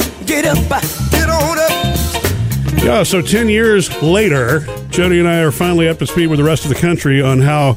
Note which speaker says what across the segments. Speaker 1: up, get on up.
Speaker 2: Yeah, so 10 years later, Jody and I are finally up to speed with the rest of the country on how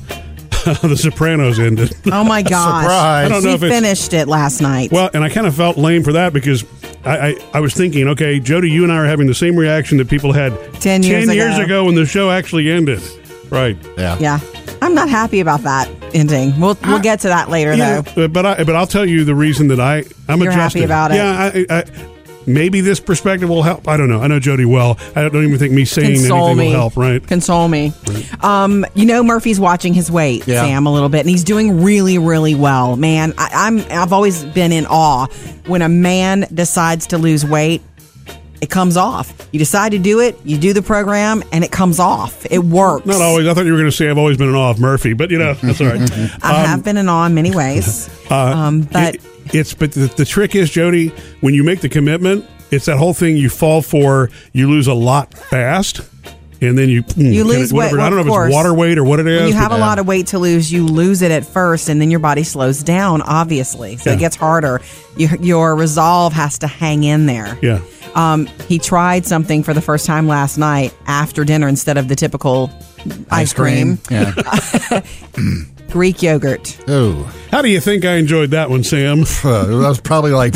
Speaker 2: The Sopranos ended.
Speaker 3: Oh my gosh!
Speaker 2: I don't know
Speaker 3: we
Speaker 2: if it's-
Speaker 3: finished it last night.
Speaker 2: Well, and I kind of felt lame for that because I, I, I was thinking, okay, Jody, you and I are having the same reaction that people had
Speaker 3: 10 years ago.
Speaker 2: when the show actually ended. Right.
Speaker 4: Yeah.
Speaker 3: yeah, I'm not happy about that ending. We'll we'll get to that later
Speaker 2: Yeah,
Speaker 3: though.
Speaker 2: but I, but I'll tell you the reason that I I'm
Speaker 3: You're happy
Speaker 2: adjusted.
Speaker 3: about it.
Speaker 2: Yeah, I, I, maybe this perspective will help. I don't know. I know Jody well. I don't even think me saying
Speaker 3: Console
Speaker 2: anything
Speaker 3: me.
Speaker 2: will help. Right.
Speaker 3: Console me. Um, you know Murphy's watching his weight,
Speaker 4: Yeah.
Speaker 3: Sam, a little bit, and he's doing really, really well. Man, I, I'm I've always been in awe when a man decides to lose weight. It comes off. You decide to do it. You do the program, and it comes off. It works.
Speaker 2: Not always. I thought you were going to say I've always been an off Murphy, but you know that's all right.
Speaker 3: I
Speaker 2: Um,
Speaker 3: have been in awe in many ways.
Speaker 2: Uh,
Speaker 3: um, but
Speaker 2: It- it's but the, the trick is Jody when you make the commitment, it's that whole thing you fall for. You lose a lot fast, and then you mm,
Speaker 3: You
Speaker 2: can
Speaker 3: lose
Speaker 2: it- whatever.
Speaker 3: weight,
Speaker 2: I don't know
Speaker 3: of
Speaker 2: if
Speaker 3: course.
Speaker 2: it's water weight or what it is.
Speaker 3: When you have
Speaker 2: but-
Speaker 3: a lot of weight to lose, you lose it at first, and then your body slows down. Obviously, so
Speaker 2: Yeah.
Speaker 3: it gets harder. Your, your resolve has to hang in there.
Speaker 2: yeah.
Speaker 3: Um, he tried something for the first time last night after dinner instead of the typical ice, cream.
Speaker 4: Yeah.
Speaker 3: Greek yogurt.
Speaker 4: oh,
Speaker 2: How do you think I enjoyed that one, Sam?
Speaker 4: that was probably like.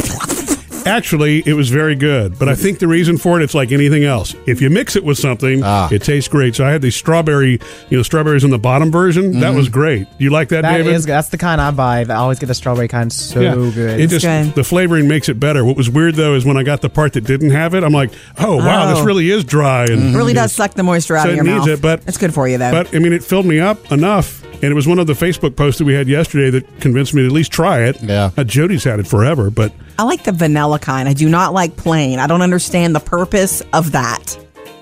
Speaker 2: Actually, it was very good, but I think the reason for it, it's like anything else. If you mix it with something, it tastes great. So I had the strawberry, you know, strawberries in the bottom version. That was great. Do you like that,
Speaker 5: That is
Speaker 2: David?
Speaker 5: good. That's the kind I buy. I always get the strawberry kind. So
Speaker 2: Yeah.
Speaker 5: good.
Speaker 2: It just
Speaker 3: good.
Speaker 2: the flavoring makes it better. What was weird though is when I got the part that didn't have it, I'm like, oh wow,
Speaker 3: Oh.
Speaker 2: this really is dry and
Speaker 5: Mm-hmm.
Speaker 3: It really does suck the moisture out
Speaker 2: So
Speaker 3: of
Speaker 2: it
Speaker 3: your
Speaker 2: needs
Speaker 3: mouth.
Speaker 2: it, but
Speaker 3: it's good for you though.
Speaker 2: But I mean, it filled me up enough, and it was one of the Facebook posts that we had yesterday that convinced me to at least try it.
Speaker 4: Yeah.
Speaker 2: uh, Jody's had it forever, but
Speaker 3: I like the vanilla kind. I do not like plain. I don't understand the purpose of that.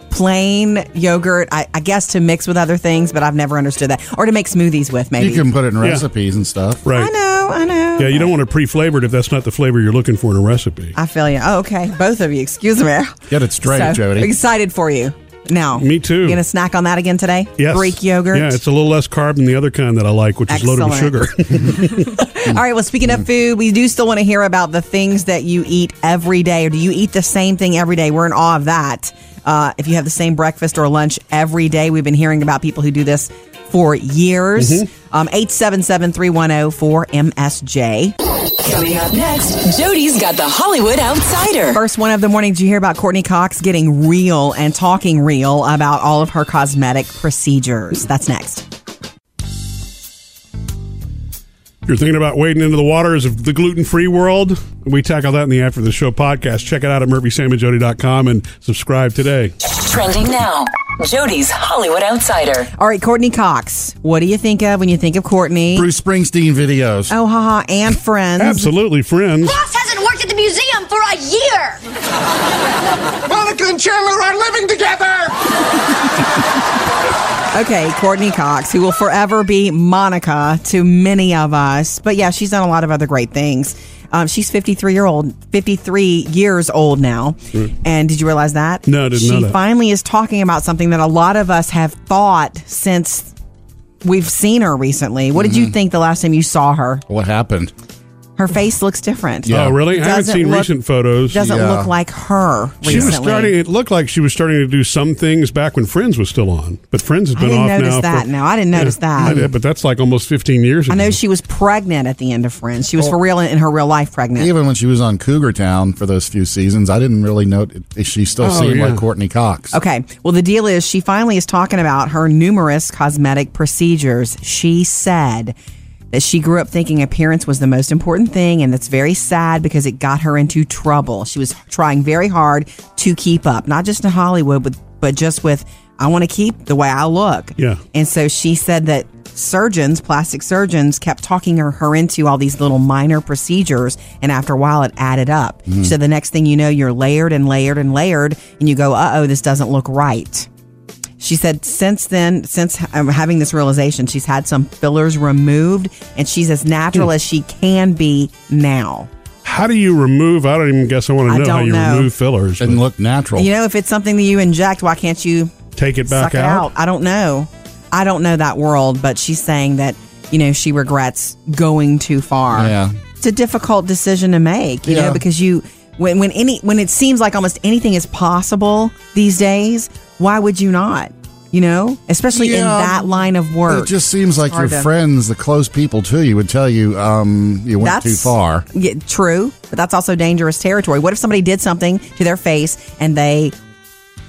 Speaker 3: Plain yogurt, I, I guess to mix with other things, but I've never understood that. Or to make smoothies with, maybe.
Speaker 4: You can put it in recipes and stuff.
Speaker 2: right.
Speaker 3: I know, I know.
Speaker 2: Yeah, you don't want it pre-flavored if that's not the flavor you're looking for in a recipe.
Speaker 3: I feel you. Oh, okay. Both of you. Excuse me.
Speaker 4: Get it straight,
Speaker 3: So,
Speaker 4: Jody.
Speaker 3: Excited for you. Now.
Speaker 2: Me too.
Speaker 3: You gonna snack on that again today?
Speaker 2: Yes.
Speaker 3: Greek yogurt.
Speaker 2: Yeah, it's a little less carb than the other kind that I like, which is loaded with
Speaker 3: Excellent.
Speaker 2: sugar.
Speaker 3: All right. Well, speaking of food, we do still want to hear about the things that you eat every day. Or do you eat the same thing every day? We're in awe of that. Uh, if you have the same breakfast or lunch every day, we've been hearing about people who do this for years.
Speaker 2: Mm-hmm.
Speaker 3: Um, 877-310-4MSJ.
Speaker 6: Coming up next, Jody's got the Hollywood Outsider.
Speaker 3: First one of the morning, did you hear about Courtney Cox getting real and talking real about all of her cosmetic procedures? That's next.
Speaker 2: You're thinking about wading into the waters of the gluten free world? We tackle that in the After the Show podcast. Check it out at murphysamandjody.com and subscribe today.
Speaker 6: Trending now, Jody's Hollywood Outsider.
Speaker 3: All right, Courtney Cox. What do you think of when you think of Courtney?
Speaker 4: Bruce Springsteen videos.
Speaker 3: Oh, haha, and friends.
Speaker 2: Absolutely, friends.
Speaker 7: Ross hasn't worked at the museum for a year.
Speaker 8: Monica and Chandler are living together!
Speaker 3: Okay, Courtney Cox, who will forever be Monica to many of us. But yeah, she's done a lot of other great things. Um, she's 53 year old, 53 years old now. And did you realize that?
Speaker 2: Hmm. No, I didn't
Speaker 3: she
Speaker 2: know that.
Speaker 3: finally is talking about something that a lot of us have thought since we've seen her recently. What did you
Speaker 2: Mm-hmm.
Speaker 3: think the last time you saw her?
Speaker 4: What happened?
Speaker 3: Her face looks different.
Speaker 4: Yeah.
Speaker 2: Oh, really? I haven't
Speaker 3: Doesn't
Speaker 2: seen
Speaker 3: look-
Speaker 2: recent photos.
Speaker 3: Doesn't
Speaker 4: Yeah.
Speaker 3: look like her recently.
Speaker 2: She was starting. It looked like she was starting to do some things back when Friends was still on, but Friends has
Speaker 3: I
Speaker 2: been
Speaker 3: didn't
Speaker 2: off
Speaker 3: notice
Speaker 2: now.
Speaker 3: that
Speaker 2: for-
Speaker 3: now. I didn't notice that.
Speaker 2: I did, but that's like almost 15 years ago.
Speaker 3: I know she was pregnant at the end of Friends. She was
Speaker 2: Oh.
Speaker 3: for real in, in her real life pregnant.
Speaker 4: Even when she was on Cougar Town for those few seasons, I didn't really know if she still
Speaker 2: Oh,
Speaker 4: seemed
Speaker 2: yeah.
Speaker 4: like Courtney Cox.
Speaker 3: Okay. Well, the deal is she finally is talking about her numerous cosmetic procedures. She said that she grew up thinking appearance was the most important thing, and that's very sad because it got her into trouble. She was trying very hard to keep up, not just in Hollywood, but, but just with, I want to keep the way I look.
Speaker 2: Yeah.
Speaker 3: And so she said that surgeons, plastic surgeons, kept talking her, her into all these little minor procedures. And after a while, it added up. She said the next thing you know, you're layered and layered and layered, and you go, uh oh, this doesn't look right. She said since then, since um, having this realization, she's had some fillers removed and she's as natural as she can be now.
Speaker 2: How do you remove? I don't even guess I want
Speaker 3: I
Speaker 2: to know how
Speaker 3: don't
Speaker 2: you
Speaker 3: know.
Speaker 2: remove fillers.
Speaker 4: Didn't
Speaker 2: but
Speaker 4: look natural.
Speaker 3: You know, if it's something that you inject, why can't you
Speaker 2: Take it
Speaker 3: suck
Speaker 2: back
Speaker 3: it out. I don't know. I don't know that world, but she's saying that, you know, she regrets going too far.
Speaker 4: Yeah.
Speaker 3: It's a difficult decision to make, you
Speaker 4: Yeah.
Speaker 3: know, because you When when any when it seems like almost anything is possible these days, why would you not? You know, especially in
Speaker 4: Yeah.
Speaker 3: that line of
Speaker 4: But
Speaker 3: work.
Speaker 4: It just seems like your
Speaker 3: hard to-
Speaker 4: friends, the close people to you, would tell you um, you went too far.
Speaker 3: Yeah, true, but that's also dangerous territory. What if somebody did something to their face and they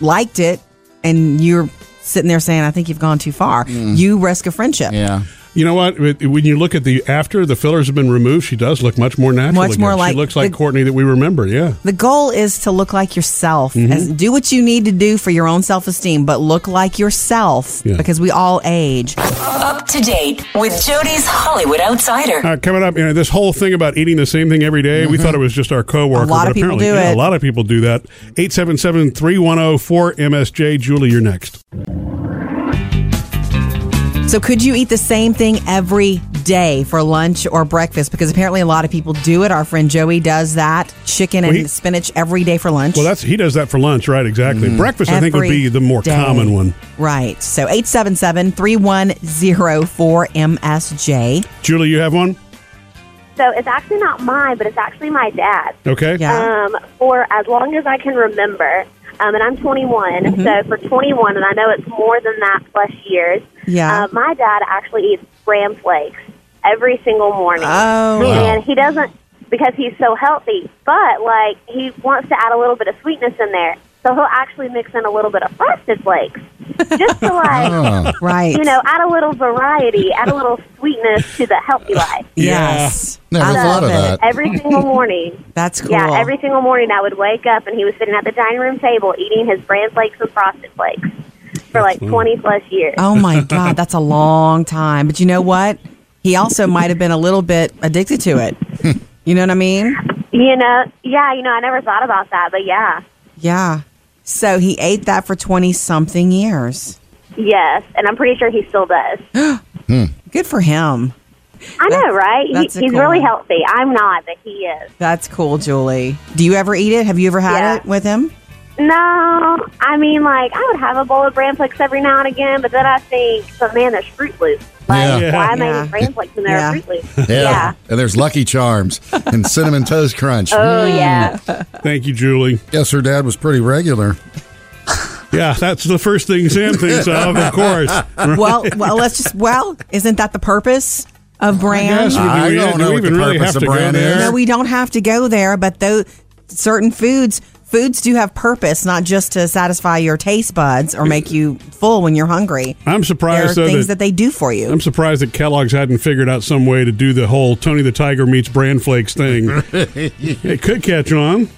Speaker 3: liked it, and you're sitting there saying, "I think you've gone too far." You risk a friendship.
Speaker 4: Mm. Yeah.
Speaker 2: You know what? It- When you look at the after the fillers have been removed, she does look much more natural.
Speaker 3: Much
Speaker 2: again.
Speaker 3: more like
Speaker 2: she looks like
Speaker 3: the-
Speaker 2: Courtney that we remember. Yeah,
Speaker 3: The goal is to look like yourself.
Speaker 2: Mm-hmm.
Speaker 3: As, do what you need to do for your own self esteem, but look like yourself
Speaker 2: Yeah.
Speaker 3: because we all age.
Speaker 6: Up to date with Jody's Hollywood Outsider.
Speaker 2: Uh, coming up, you know, this whole thing about eating the same thing every day, we thought it was just our coworker.
Speaker 3: Mm-hmm. A lot
Speaker 2: but
Speaker 3: of people
Speaker 2: apparently,
Speaker 3: do
Speaker 2: yeah,
Speaker 3: it.
Speaker 2: A lot of people do that. 877-3104-MSJ. Julie, you're next.
Speaker 3: So, could you eat the same thing every day for lunch or breakfast? Because apparently, a lot of people do it. Our friend Joey does that chicken and
Speaker 2: Well, he-
Speaker 3: spinach every day for lunch.
Speaker 2: Well, that's he does that for lunch, right? Exactly. Breakfast, I think, would
Speaker 3: Mm-hmm. Every
Speaker 2: be the more
Speaker 3: day.
Speaker 2: common one.
Speaker 3: Right. So 877-3104-MSJ.
Speaker 2: Julie, you have one?
Speaker 9: So it's actually not mine, but it's actually my dad's.
Speaker 2: Okay.
Speaker 3: Yeah.
Speaker 9: Um, for as long as I can remember, um, and I'm 21.
Speaker 3: Mm-hmm.
Speaker 9: So for 21, and I know it's more than that plus years.
Speaker 3: Yeah.
Speaker 9: Uh, my dad actually eats graham flakes every single morning.
Speaker 3: Oh.
Speaker 2: Wow.
Speaker 9: And he doesn't because he's so healthy, but like he wants to add a little bit of sweetness in there. So he'll actually mix in a little bit of frosted flakes just to like
Speaker 4: Oh.
Speaker 3: Right.
Speaker 9: you know add a little variety, add a little sweetness to the healthy life.
Speaker 3: Yes.
Speaker 4: Yeah. Never
Speaker 3: I
Speaker 4: thought
Speaker 3: love
Speaker 4: of
Speaker 3: it.
Speaker 4: that.
Speaker 9: Every single morning.
Speaker 3: That's cool.
Speaker 9: Yeah, every single morning I would wake up and he was sitting at the dining room table eating his bran flakes and frosted flakes for like 20 plus years.
Speaker 3: Oh my God, that's a long time. But you know what? He also might have been a little bit addicted to it. You know what I mean?
Speaker 9: You know, yeah, you know, I never thought about that, but yeah.
Speaker 3: Yeah. So he ate that for 20 something years.
Speaker 9: Yes, and I'm pretty sure he still does.
Speaker 3: Good for him.
Speaker 9: I know,
Speaker 3: That's-
Speaker 9: right? He-
Speaker 3: that's a
Speaker 9: he's
Speaker 3: cool
Speaker 9: really
Speaker 3: one.
Speaker 9: healthy. I'm not, but he is.
Speaker 3: That's cool, Julie. Do you ever eat it? Have you ever had
Speaker 9: Yeah.
Speaker 3: it with him?
Speaker 9: No, I mean, like, I would have a bowl of bran flakes every now and again, but then I think, but man, there's Fruit Loops. Like,
Speaker 4: Yeah.
Speaker 9: why am I
Speaker 3: Yeah.
Speaker 9: eating bran flakes when there
Speaker 3: Yeah.
Speaker 9: are Fruit Loops?
Speaker 4: Yeah. And there's Lucky Charms and Cinnamon Toast Crunch.
Speaker 9: Oh,
Speaker 3: Mm.
Speaker 9: yeah.
Speaker 2: Thank you, Julie.
Speaker 4: Guess her dad was pretty regular.
Speaker 2: Yeah, that's the first thing Sam thinks of, of course.
Speaker 3: Well, well, let's just, well, isn't that the purpose of brand?
Speaker 2: Yes, we do.
Speaker 4: I
Speaker 2: We-
Speaker 4: don't
Speaker 2: do
Speaker 4: know
Speaker 2: we
Speaker 4: what
Speaker 2: even
Speaker 4: the
Speaker 2: really
Speaker 4: purpose
Speaker 2: have
Speaker 4: of
Speaker 2: to go
Speaker 4: brand
Speaker 2: there?
Speaker 4: is.
Speaker 3: No, we don't have to go there, but though certain foods foods do have purpose, not just to satisfy your taste buds or make you full when you're hungry.
Speaker 2: I'm
Speaker 3: There are
Speaker 2: surprised, though,
Speaker 3: things
Speaker 2: that
Speaker 3: that they do for you.
Speaker 2: I'm surprised that Kellogg's hadn't figured out some way to do the whole Tony the Tiger meets Bran Flakes thing. it could catch on,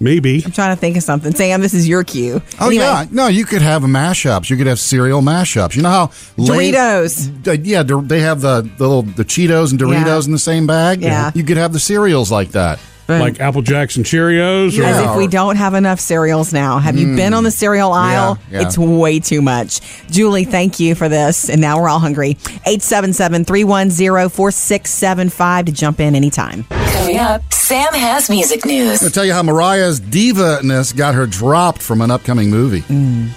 Speaker 2: maybe.
Speaker 3: I'm trying to think of something. Sam, this is your cue.
Speaker 4: Oh
Speaker 3: Anyway,
Speaker 4: yeah, no, you could have mashups. You could have cereal mashups. You know how late-
Speaker 3: Doritos.
Speaker 4: Uh, yeah, Dor- they have the the little the Cheetos and Doritos
Speaker 3: Yeah.
Speaker 4: in the same bag.
Speaker 3: Yeah.
Speaker 4: you could have the cereals like that.
Speaker 2: Like Apple Jacks and Cheerios.
Speaker 4: Yeah.
Speaker 3: As if we don't have enough cereals now. Have you been on the cereal aisle?
Speaker 4: yeah.
Speaker 3: It's way too much. Julie, thank you for this. And now we're all hungry. 877 310 4675 to jump in anytime.
Speaker 6: Coming up, Sam has music
Speaker 4: I'm
Speaker 6: news.
Speaker 4: gonna tell you how Mariah's diva-ness got her dropped from an upcoming movie.
Speaker 3: Mm.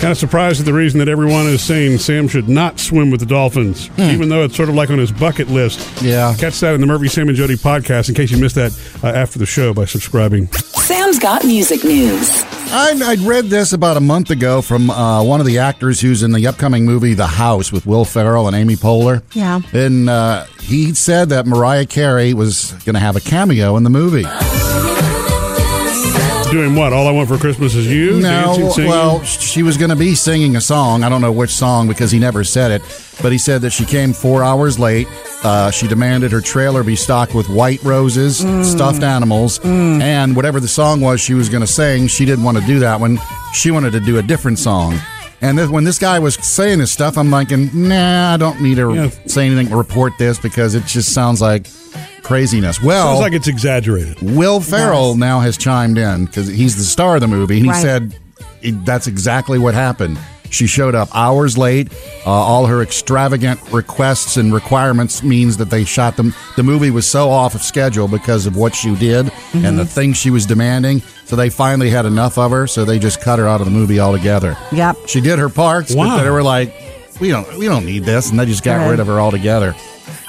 Speaker 2: Kind of surprised at the reason that everyone is saying Sam should not swim with the dolphins, even though it's sort of like on his bucket list.
Speaker 4: Hmm. Yeah.
Speaker 2: Catch that in the Murphy, Sam, and Jody podcast in case you missed that uh, after the show by subscribing.
Speaker 6: Sam's got music news.
Speaker 4: I, I read this about a month ago from uh, one of the actors who's in the upcoming movie The House with Will Ferrell and Amy Poehler.
Speaker 3: Yeah.
Speaker 4: and uh, he said that Mariah Carey was going to have a cameo in the movie.
Speaker 2: Doing what? All I want for Christmas is you? Dancing,
Speaker 4: No,
Speaker 2: singing?
Speaker 4: well, she was going to be singing a song. I don't know which song because he never said it, but he said that she came four hours late. Uh, she demanded her trailer be stocked with white roses,
Speaker 2: Mm.
Speaker 4: stuffed animals, and whatever the song was she was going to sing, she didn't want to do that one. She wanted to do a different song. And then when this guy was saying this stuff, I'm thinking, nah, I don't need to
Speaker 2: Yeah.
Speaker 4: say anything, report this because it just sounds like craziness. Well,
Speaker 2: Sounds like it's exaggerated.
Speaker 4: Will Ferrell now has chimed in because he's the star of the movie, and he
Speaker 3: Right.
Speaker 4: said it- that's exactly what happened. She showed up hours late. Uh, all her extravagant requests and requirements means that they shot them. The movie was so off of schedule because of what she did and
Speaker 3: Mm-hmm.
Speaker 4: the things she was demanding. So they finally had enough of her, so they just cut her out of the movie altogether.
Speaker 3: Yep.
Speaker 4: She did her parts,
Speaker 2: Wow.
Speaker 4: but they were like, "We don't, we don't need this," and they just got
Speaker 3: Right.
Speaker 4: rid of her altogether.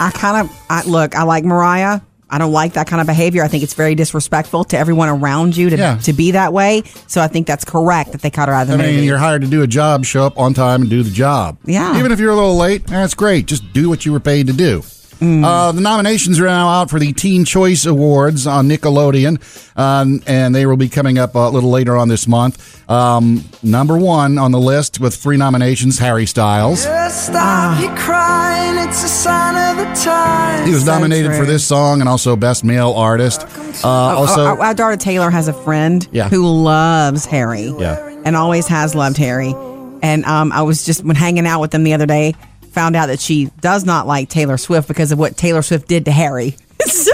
Speaker 3: I kind of I, look. I like Mariah. I don't like that kind of behavior. I think it's very disrespectful to everyone around you to,
Speaker 4: Yeah.
Speaker 3: to be that way. So I think that's correct that they cut her out of the
Speaker 4: I
Speaker 3: movie.
Speaker 4: mean, you're hired to do a job, show up on time and do the job.
Speaker 3: Yeah.
Speaker 4: Even if you're a little late, that's great. Just do what you were paid to do. Uh, the nominations are now out for the Teen Choice Awards on Nickelodeon, um, and they will be coming up a little later on this month. Um, number one on the list with three nominations, Harry Styles.
Speaker 1: Stop your crying, it's a sign of the times.
Speaker 4: He was
Speaker 3: So
Speaker 4: nominated
Speaker 3: true.
Speaker 4: for this song and also Best Male Artist. Uh, also,
Speaker 3: our, our daughter Taylor has a friend
Speaker 4: Yeah.
Speaker 3: who loves Harry.
Speaker 4: Yeah.
Speaker 3: And always has loved Harry. And um, I was just when hanging out with them the other day, found out that she does not like Taylor Swift because of what Taylor Swift did to Harry. It's so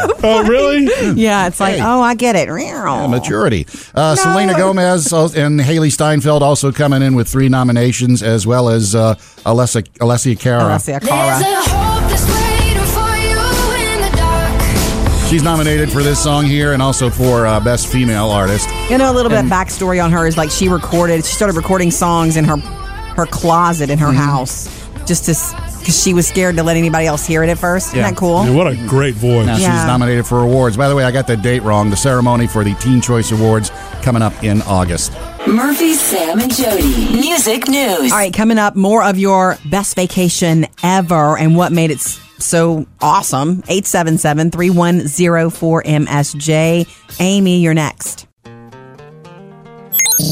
Speaker 2: Oh, really?
Speaker 3: yeah, it's like,
Speaker 4: Hey.
Speaker 3: oh, I get it.
Speaker 4: Yeah, maturity. Uh, Selena Gomez al- and Haley Steinfeld also coming in with three nominations, as well as uh, Alessia, Alessia Cara.
Speaker 3: Alessia Cara.
Speaker 4: She's nominated for this song here and also for uh, Best Female Artist. Uh,
Speaker 3: You know, a little bit of backstory on her is like she recorded, she started recording songs in her her closet in her
Speaker 4: Mm-hmm.
Speaker 3: house just to, because she was scared to let anybody else hear it at first.
Speaker 4: Yeah.
Speaker 3: Isn't that cool?
Speaker 2: Yeah, what a great voice.
Speaker 4: Now
Speaker 3: Yeah.
Speaker 4: she's nominated for awards. By the way, I got the date wrong. The ceremony for the Teen Choice Awards coming up in August.
Speaker 6: Murphy, Sam, and Jody. Music news.
Speaker 3: All right, coming up, more of your best vacation ever and what made it s- so awesome. 877 3104 MSJ. Amy, you're next.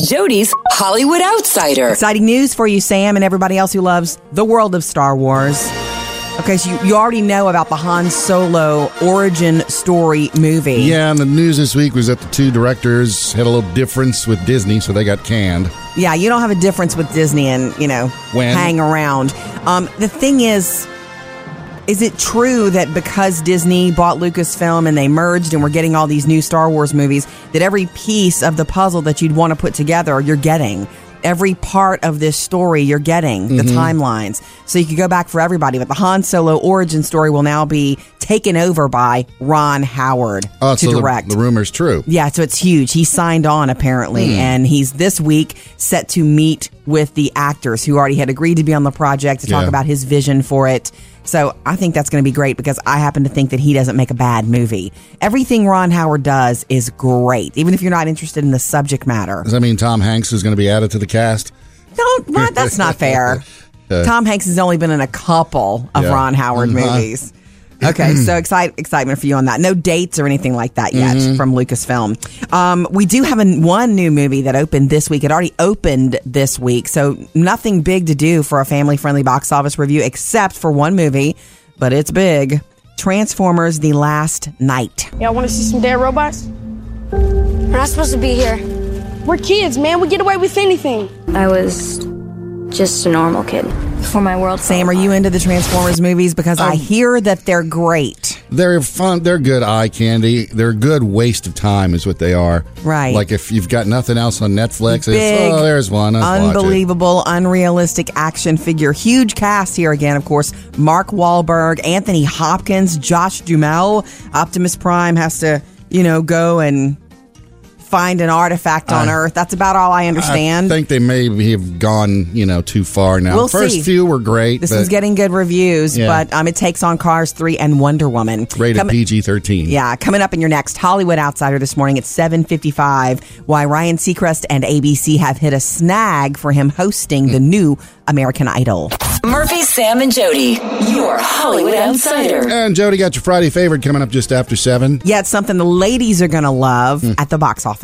Speaker 6: Jody's Hollywood Outsider.
Speaker 3: Exciting news for you, Sam, and everybody else who loves the world of Star Wars. Okay, so you, you already know about the Han Solo origin story movie.
Speaker 4: Yeah, and the news this week was that the two directors had a little difference with Disney, so they got canned.
Speaker 3: Yeah, you don't have a difference with Disney and, you know,
Speaker 4: When?
Speaker 3: hang around. Um, the thing is, is it true that because Disney bought Lucasfilm and they merged and we're getting all these new Star Wars movies, that every piece of the puzzle that you'd want to put together, you're getting? Every part of this story, you're getting the
Speaker 4: Mm-hmm.
Speaker 3: timelines. So you could go back for everybody, but the Han Solo origin story will now be taken over by Ron Howard
Speaker 4: Oh,
Speaker 3: to
Speaker 4: so the-
Speaker 3: direct.
Speaker 4: The, rumor's true.
Speaker 3: Yeah, so it's huge. He signed on apparently, and he's this week set to meet with the actors who already had agreed to be on the project to talk
Speaker 4: Yeah.
Speaker 3: about his vision for it. So I think that's going to be great because I happen to think that he doesn't make a bad movie. Everything Ron Howard does is great, even if you're not interested in the subject matter.
Speaker 4: Does that mean Tom Hanks is going to be added to the cast? Uh,
Speaker 3: Don't, Ron, that's not fair. Tom Hanks has only been in a couple of
Speaker 4: Yeah.
Speaker 3: Ron Howard
Speaker 4: Uh-huh.
Speaker 3: movies. Okay, so excite, excitement for you on that. No dates or anything like that yet
Speaker 4: Mm-hmm.
Speaker 3: from Lucasfilm. Um, we do have a, one new movie that opened this week. It already opened this week, so nothing big to do for a family friendly box office review except for one movie, but it's big Transformers The Last Night.
Speaker 10: Y'all want to see some dead robots?
Speaker 7: We're not supposed to be here.
Speaker 10: We're kids, man. We get away with anything.
Speaker 11: I was just a normal kid before my world.
Speaker 3: Sam, are you into the Transformers movies? Because I hear that they're great.
Speaker 4: They're fun. They're good eye candy. They're a good waste of time, is what they are.
Speaker 3: Right.
Speaker 4: Like if you've got nothing else on Netflix,
Speaker 3: Big,
Speaker 4: it's, oh, there's one. I'll watch it."
Speaker 3: unbelievable, unrealistic action figure. Huge cast here again, of course. Mark Wahlberg, Anthony Hopkins, Josh Dumel. Optimus Prime has to, you know, go and find an artifact on Earth. That's about all I understand.
Speaker 4: I think they maybe have gone, you know, too far now.
Speaker 3: We'll
Speaker 4: First
Speaker 3: see.
Speaker 4: few were great.
Speaker 3: this
Speaker 4: but
Speaker 3: is getting good reviews,
Speaker 4: Yeah.
Speaker 3: but um, it takes on Cars 3 and Wonder Woman.
Speaker 4: rated
Speaker 3: Come-
Speaker 4: PG thirteen.
Speaker 3: Yeah, coming up in your next Hollywood Outsider this morning at 7:55, why Ryan Seacrest and ABC have hit a snag for him hosting
Speaker 4: Hmm.
Speaker 3: the new American Idol.
Speaker 6: Murphy, Sam, and Jody. Your Hollywood Outsider.
Speaker 4: And Jody got your Friday favorite coming up just after seven.
Speaker 3: Yeah, it's something the ladies are going to love
Speaker 2: Hmm.
Speaker 3: at the box office.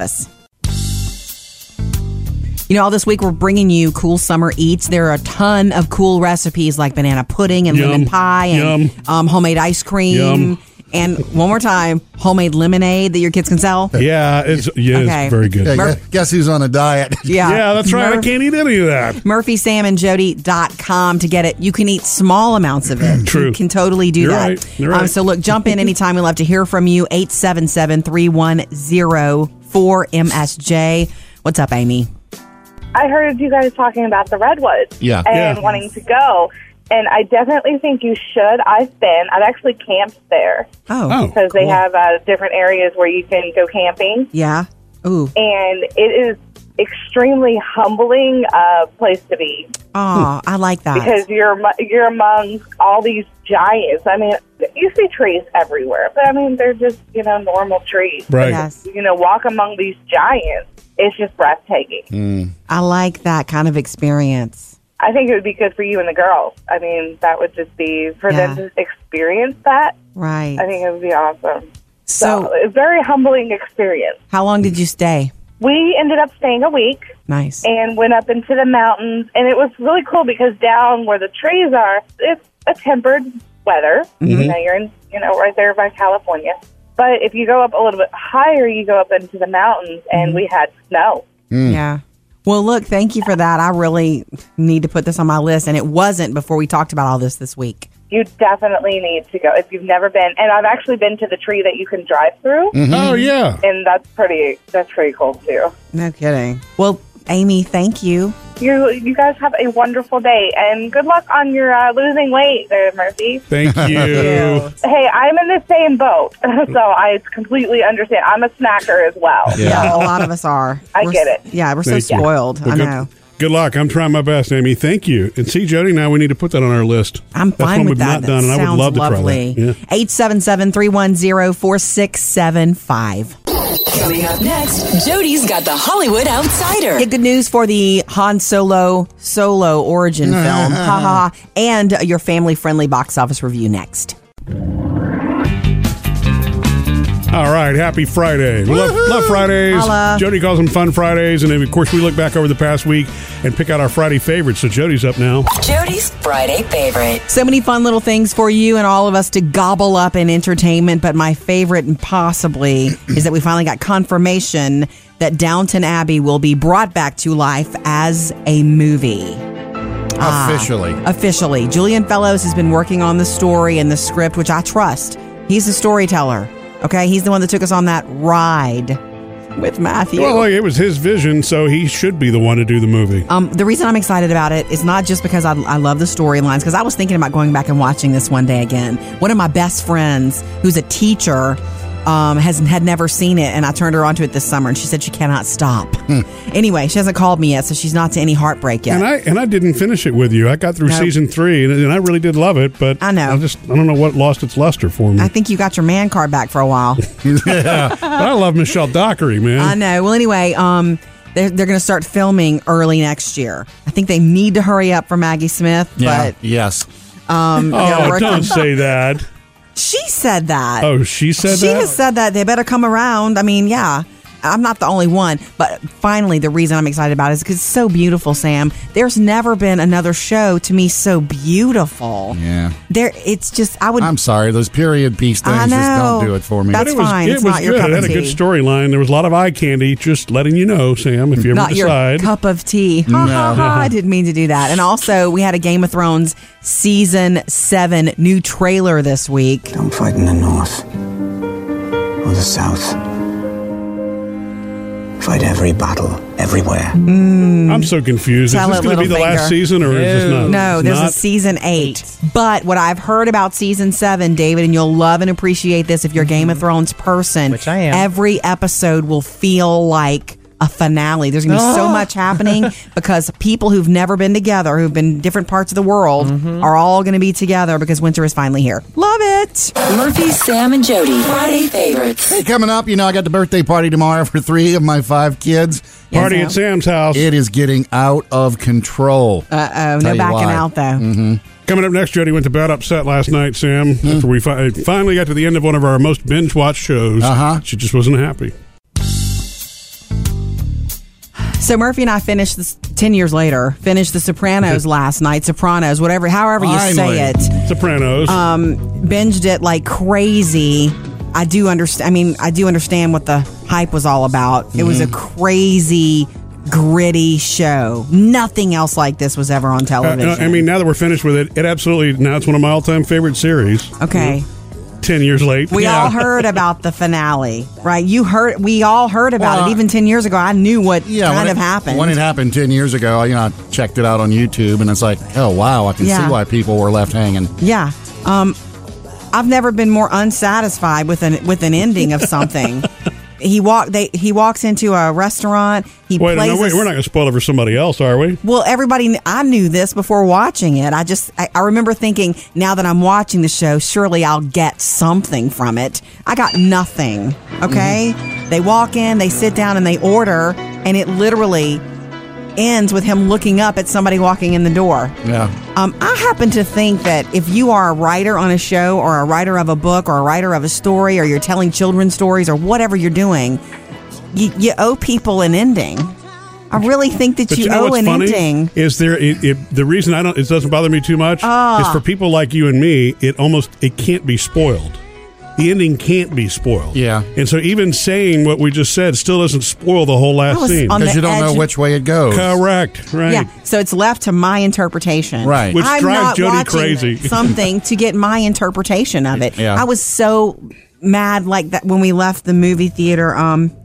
Speaker 3: You know, all this week we're bringing you cool summer eats. There are a ton of cool recipes like banana pudding and lemon
Speaker 2: Yum.
Speaker 3: pie and
Speaker 2: Yum.
Speaker 3: um, homemade ice cream.
Speaker 2: Yum.
Speaker 3: And one more time, homemade lemonade that your kids can sell.
Speaker 2: Yeah, it's yeah,
Speaker 3: Okay.
Speaker 2: it's very good.
Speaker 4: Hey, guess, guess who's on a diet?
Speaker 3: Yeah,
Speaker 2: Yeah, that's right. I
Speaker 3: Murph-
Speaker 2: can't eat any of that.
Speaker 3: MurphySamandJody.com to get it. You can eat small amounts of it.
Speaker 2: True.
Speaker 3: You can totally do
Speaker 2: You're
Speaker 3: that.
Speaker 2: right. You're
Speaker 3: Um,
Speaker 2: right.
Speaker 3: so look, jump in anytime. We love to hear from you. 877 310 4MSJ. What's up, Amy?
Speaker 10: I heard you guys talking about the redwoods
Speaker 4: Yeah.
Speaker 10: and
Speaker 2: Yeah.
Speaker 10: wanting to go, and I definitely think you should. I've been. I've actually camped there
Speaker 2: Oh,
Speaker 10: because they
Speaker 2: cool.
Speaker 10: have uh, different areas where you can go camping,
Speaker 3: Yeah. Ooh.
Speaker 10: and it is
Speaker 12: extremely humbling uh, place to be
Speaker 3: Oh, I like that.
Speaker 12: because you're amo- you're among all these giants. I mean, you see trees everywhere, but I mean they're just you know normal trees.
Speaker 3: Right. Yes.
Speaker 12: You know, walk among these giants. It's just breathtaking.
Speaker 3: I like that kind of experience.
Speaker 12: I think it would be good for you and the girls. I mean, that would just be for them
Speaker 3: Yeah.
Speaker 12: to experience that.
Speaker 3: Right.
Speaker 12: I think it would be awesome.
Speaker 3: So-
Speaker 12: so a very humbling experience.
Speaker 3: How long did you stay?
Speaker 12: We ended up staying a week.
Speaker 3: Nice.
Speaker 12: and went up into the mountains and it was really cool because down where the trees are it's a tempered weather
Speaker 13: Mhm.
Speaker 12: you know you're in you know right there by california but if you go up a little bit higher you go up into the mountains and we had snow
Speaker 2: Mm.
Speaker 3: Yeah. Well, look, thank you for that. I really need to put this on my list, and it wasn't before we talked about all this this week.
Speaker 12: you definitely need to go if you've never been and i've actually been to the tree that you can drive through
Speaker 2: Mm. Mm-hmm.
Speaker 3: Mhm. Oh, yeah.
Speaker 12: and that's pretty that's pretty cool too
Speaker 3: No kidding. Well, Amy, thank you.
Speaker 12: you you guys have a wonderful day and good luck on your uh, losing weight there murphy
Speaker 2: Thank you.
Speaker 12: Hey, I'm in the same boat, so I completely understand. I'm a snacker as well.
Speaker 3: Yeah,
Speaker 12: so
Speaker 3: a lot of us are.
Speaker 12: I
Speaker 3: We're
Speaker 12: get
Speaker 3: s-
Speaker 12: it.
Speaker 3: Yeah, we're
Speaker 2: Thank
Speaker 3: so
Speaker 2: you.
Speaker 3: spoiled.
Speaker 2: Well,
Speaker 3: I
Speaker 2: good,
Speaker 3: know.
Speaker 2: Good luck. I'm trying my best, Amy. Thank you. And see, Jody, now we need to put that on our list.
Speaker 3: I'm
Speaker 2: That's
Speaker 3: fine
Speaker 2: one
Speaker 3: with
Speaker 2: we've
Speaker 3: that.
Speaker 2: Not done,
Speaker 3: that
Speaker 2: and I would
Speaker 3: sounds
Speaker 2: love
Speaker 3: lovely.
Speaker 2: to try that. Yeah.
Speaker 3: 877 310 4675.
Speaker 6: Coming up next, Jody's got the Hollywood Outsider.
Speaker 3: Yeah, good news for the Han Solo solo origin film. Ha ha. ha. And your family friendly box office review next.
Speaker 2: All right, happy Friday. We love, love Fridays.
Speaker 3: Holla.
Speaker 2: Jody calls them fun Fridays. And then, of course, we look back over the past week and pick out our Friday favorites. So Jody's up now.
Speaker 6: Jody's Friday favorite.
Speaker 3: So many fun little things for you and all of us to gobble up in entertainment, but my favorite, and possibly, is that we finally got confirmation that Downton Abbey will be brought back to life as a movie. Ah,
Speaker 4: Officially.
Speaker 3: officially. Julian Fellows has been working on the story and the script, which I trust. He's the storyteller. Okay, he's the one that took us on that ride with Matthew.
Speaker 2: Well, like, it was his vision, so he should be the one to do the movie.
Speaker 3: Um, the reason I'm excited about it is not just because I, I love the storylines, because I was thinking about going back and watching this one day again. One of my best friends, who's a teacher, um, has had never seen it, and I turned her onto it this summer, and she said she cannot stop. anyway, she hasn't called me yet, so she's not to any heartbreak yet.
Speaker 2: And Hmm. I and I didn't finish it with you. I got through
Speaker 3: No.
Speaker 2: season three, and, and I really did love it. But I know. I just I don't know what lost its luster for me.
Speaker 3: I think you got your man card back for a while.
Speaker 2: yeah, but I love Michelle Dockery, man.
Speaker 3: I know. Well, anyway, um, they're, they're going to start filming early next year. I think they need to hurry up for Maggie Smith,
Speaker 4: Yeah. yes.
Speaker 3: but um, they're
Speaker 2: oh,
Speaker 3: working-
Speaker 2: don't say that.
Speaker 3: She said that.
Speaker 2: Oh, she said
Speaker 3: she
Speaker 2: that?
Speaker 3: has said that. They better come around. I mean, yeah. I'm not the only one, but finally, the reason I'm excited about it is because it's so beautiful, Sam. There's never been another show to me so beautiful.
Speaker 4: Yeah.
Speaker 3: There, it's just I would.
Speaker 4: I'm sorry. Those period piece
Speaker 3: I
Speaker 4: things just
Speaker 3: know.
Speaker 4: don't do it for me.
Speaker 3: That's
Speaker 2: But it was,
Speaker 3: fine.
Speaker 2: It
Speaker 3: It's
Speaker 2: was
Speaker 3: not
Speaker 2: good.
Speaker 3: your cup
Speaker 2: it had
Speaker 3: of
Speaker 2: a good
Speaker 3: tea.
Speaker 2: storyline. There was a lot of eye candy. Just letting you know, Sam, if you ever
Speaker 3: not
Speaker 2: decide.
Speaker 3: your cup of tea. Ha, ha,
Speaker 2: No.
Speaker 3: ha. I didn't mean to do that. And also, we had a Game of Thrones season seven new trailer this week.
Speaker 14: Don't fight in the north or the south. Fight every battle, everywhere.
Speaker 2: I'm so confused.
Speaker 3: Tell
Speaker 2: is this
Speaker 3: it,
Speaker 2: going to be the
Speaker 3: Littlefinger.
Speaker 2: last season, or is this not?
Speaker 3: No,
Speaker 2: It's
Speaker 3: there's a
Speaker 2: not?
Speaker 3: season eight. But what I've heard about season seven, David, and you'll love and appreciate this if you're a Game of Thrones person, which I am. Every episode will feel like a finale. There's going to be so
Speaker 5: Ah.
Speaker 3: much happening because people who've never been together, who've been in different parts of the world, are all going to be together because winter is finally here. Love it.
Speaker 6: Murphy, Sam, and Jody. Friday favorites.
Speaker 4: Hey, coming up, you know, I got the birthday party tomorrow for three of my five kids.
Speaker 3: Yes, Party Sam. at
Speaker 2: Sam's house.
Speaker 4: It is getting out of control.
Speaker 3: Uh oh, no backing out though.
Speaker 4: hmm
Speaker 2: Coming up next, Jody went to bed upset last night, Sam. After we fi- finally got to the end of one of our most binge watched shows, uh-huh. she just wasn't happy.
Speaker 3: So Murphy and I finished this ten years later. Finished The Sopranos last night. Sopranos, whatever, however you
Speaker 2: Finally.
Speaker 3: say it.
Speaker 2: Sopranos.
Speaker 3: Um, binged it like crazy. I do understand. I mean, I do understand what the hype was all about. It was a
Speaker 2: Mhm.
Speaker 3: crazy, gritty show. Nothing else like this was ever on
Speaker 2: Uh,
Speaker 3: television.
Speaker 2: no, I mean, now that we're finished with it, it absolutely now it's one of my all time favorite series.
Speaker 3: Okay.
Speaker 2: mm-hmm. Ten years late,
Speaker 3: we all heard about the finale, right? You heard. We all heard about
Speaker 4: Well,
Speaker 2: uh,
Speaker 3: it. Even ten years ago, I knew what kind
Speaker 4: when
Speaker 3: of
Speaker 4: it,
Speaker 3: happened.
Speaker 4: When it happened 10 years ago, you know, I checked it out on YouTube and it's like, oh, wow, I can
Speaker 3: Yeah.
Speaker 4: see why people were left hanging.
Speaker 3: Yeah. Um, I've never been more unsatisfied with an with an ending of something. he walk they he walks into a restaurant. He
Speaker 2: Wait,
Speaker 3: plays.
Speaker 2: no,
Speaker 3: a
Speaker 2: wait,
Speaker 3: s-
Speaker 2: we're not going to spoil it for somebody else, are we?
Speaker 3: well, everybody, kn- I knew this before watching it. I just, I, I remember thinking, now that I'm watching the show, surely I'll get something from it. I got nothing. Okay. They walk in, they sit down, and they order, and it literally ends with him looking up at somebody walking in the door.
Speaker 4: Yeah.
Speaker 3: Um, I happen to think that if you are a writer on a show or a writer of a book or a writer of a story or you're telling children's stories or whatever you're doing, you, you owe people an ending. I really think that you, owe an ending.
Speaker 2: is there it, it, the reason I don't it doesn't bother me too much
Speaker 3: Ah.
Speaker 2: is for people like you and me it almost it can't be spoiled. The ending can't be spoiled.
Speaker 4: Yeah.
Speaker 2: And so even saying what we just said still doesn't spoil the whole last
Speaker 3: I was
Speaker 2: scene
Speaker 3: on Because the you don't know edge- which
Speaker 4: way it goes.
Speaker 2: Correct. Right.
Speaker 3: Yeah, so it's left to my interpretation.
Speaker 2: Right. Which
Speaker 3: I'm
Speaker 2: drives
Speaker 3: not
Speaker 2: Jody
Speaker 3: watching
Speaker 2: crazy.
Speaker 3: something to get my interpretation of it.
Speaker 2: Yeah.
Speaker 3: I was so mad like that when we left the movie theater. Um,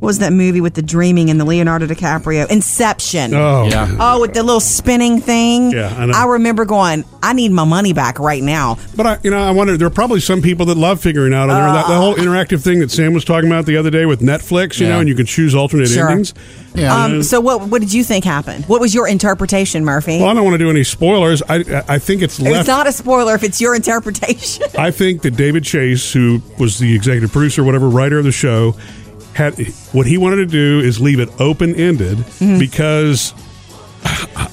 Speaker 3: what was that movie with the dreaming and the Leonardo DiCaprio? Inception.
Speaker 2: Oh. Yeah.
Speaker 3: Oh, with the little spinning thing.
Speaker 2: Yeah, I know.
Speaker 3: remember going, I need my money back right now.
Speaker 2: But I, you know, I wonder. There are probably some people that love figuring out. Uh, that, the whole interactive thing that Sam was talking about the other day with Netflix, you
Speaker 3: Ah. Yeah.
Speaker 2: know, and you can choose alternate
Speaker 3: Sure.
Speaker 2: endings. Uh,
Speaker 3: Um, so what what did you think happened? What was your interpretation, Murphy?
Speaker 2: well, I don't want to do any spoilers. I I think it's left.
Speaker 3: it's not a spoiler if it's your interpretation.
Speaker 2: I think that David Chase, who was the executive producer, whatever writer of the show, had what he wanted to do is leave it open ended
Speaker 3: Mm-hmm.
Speaker 2: because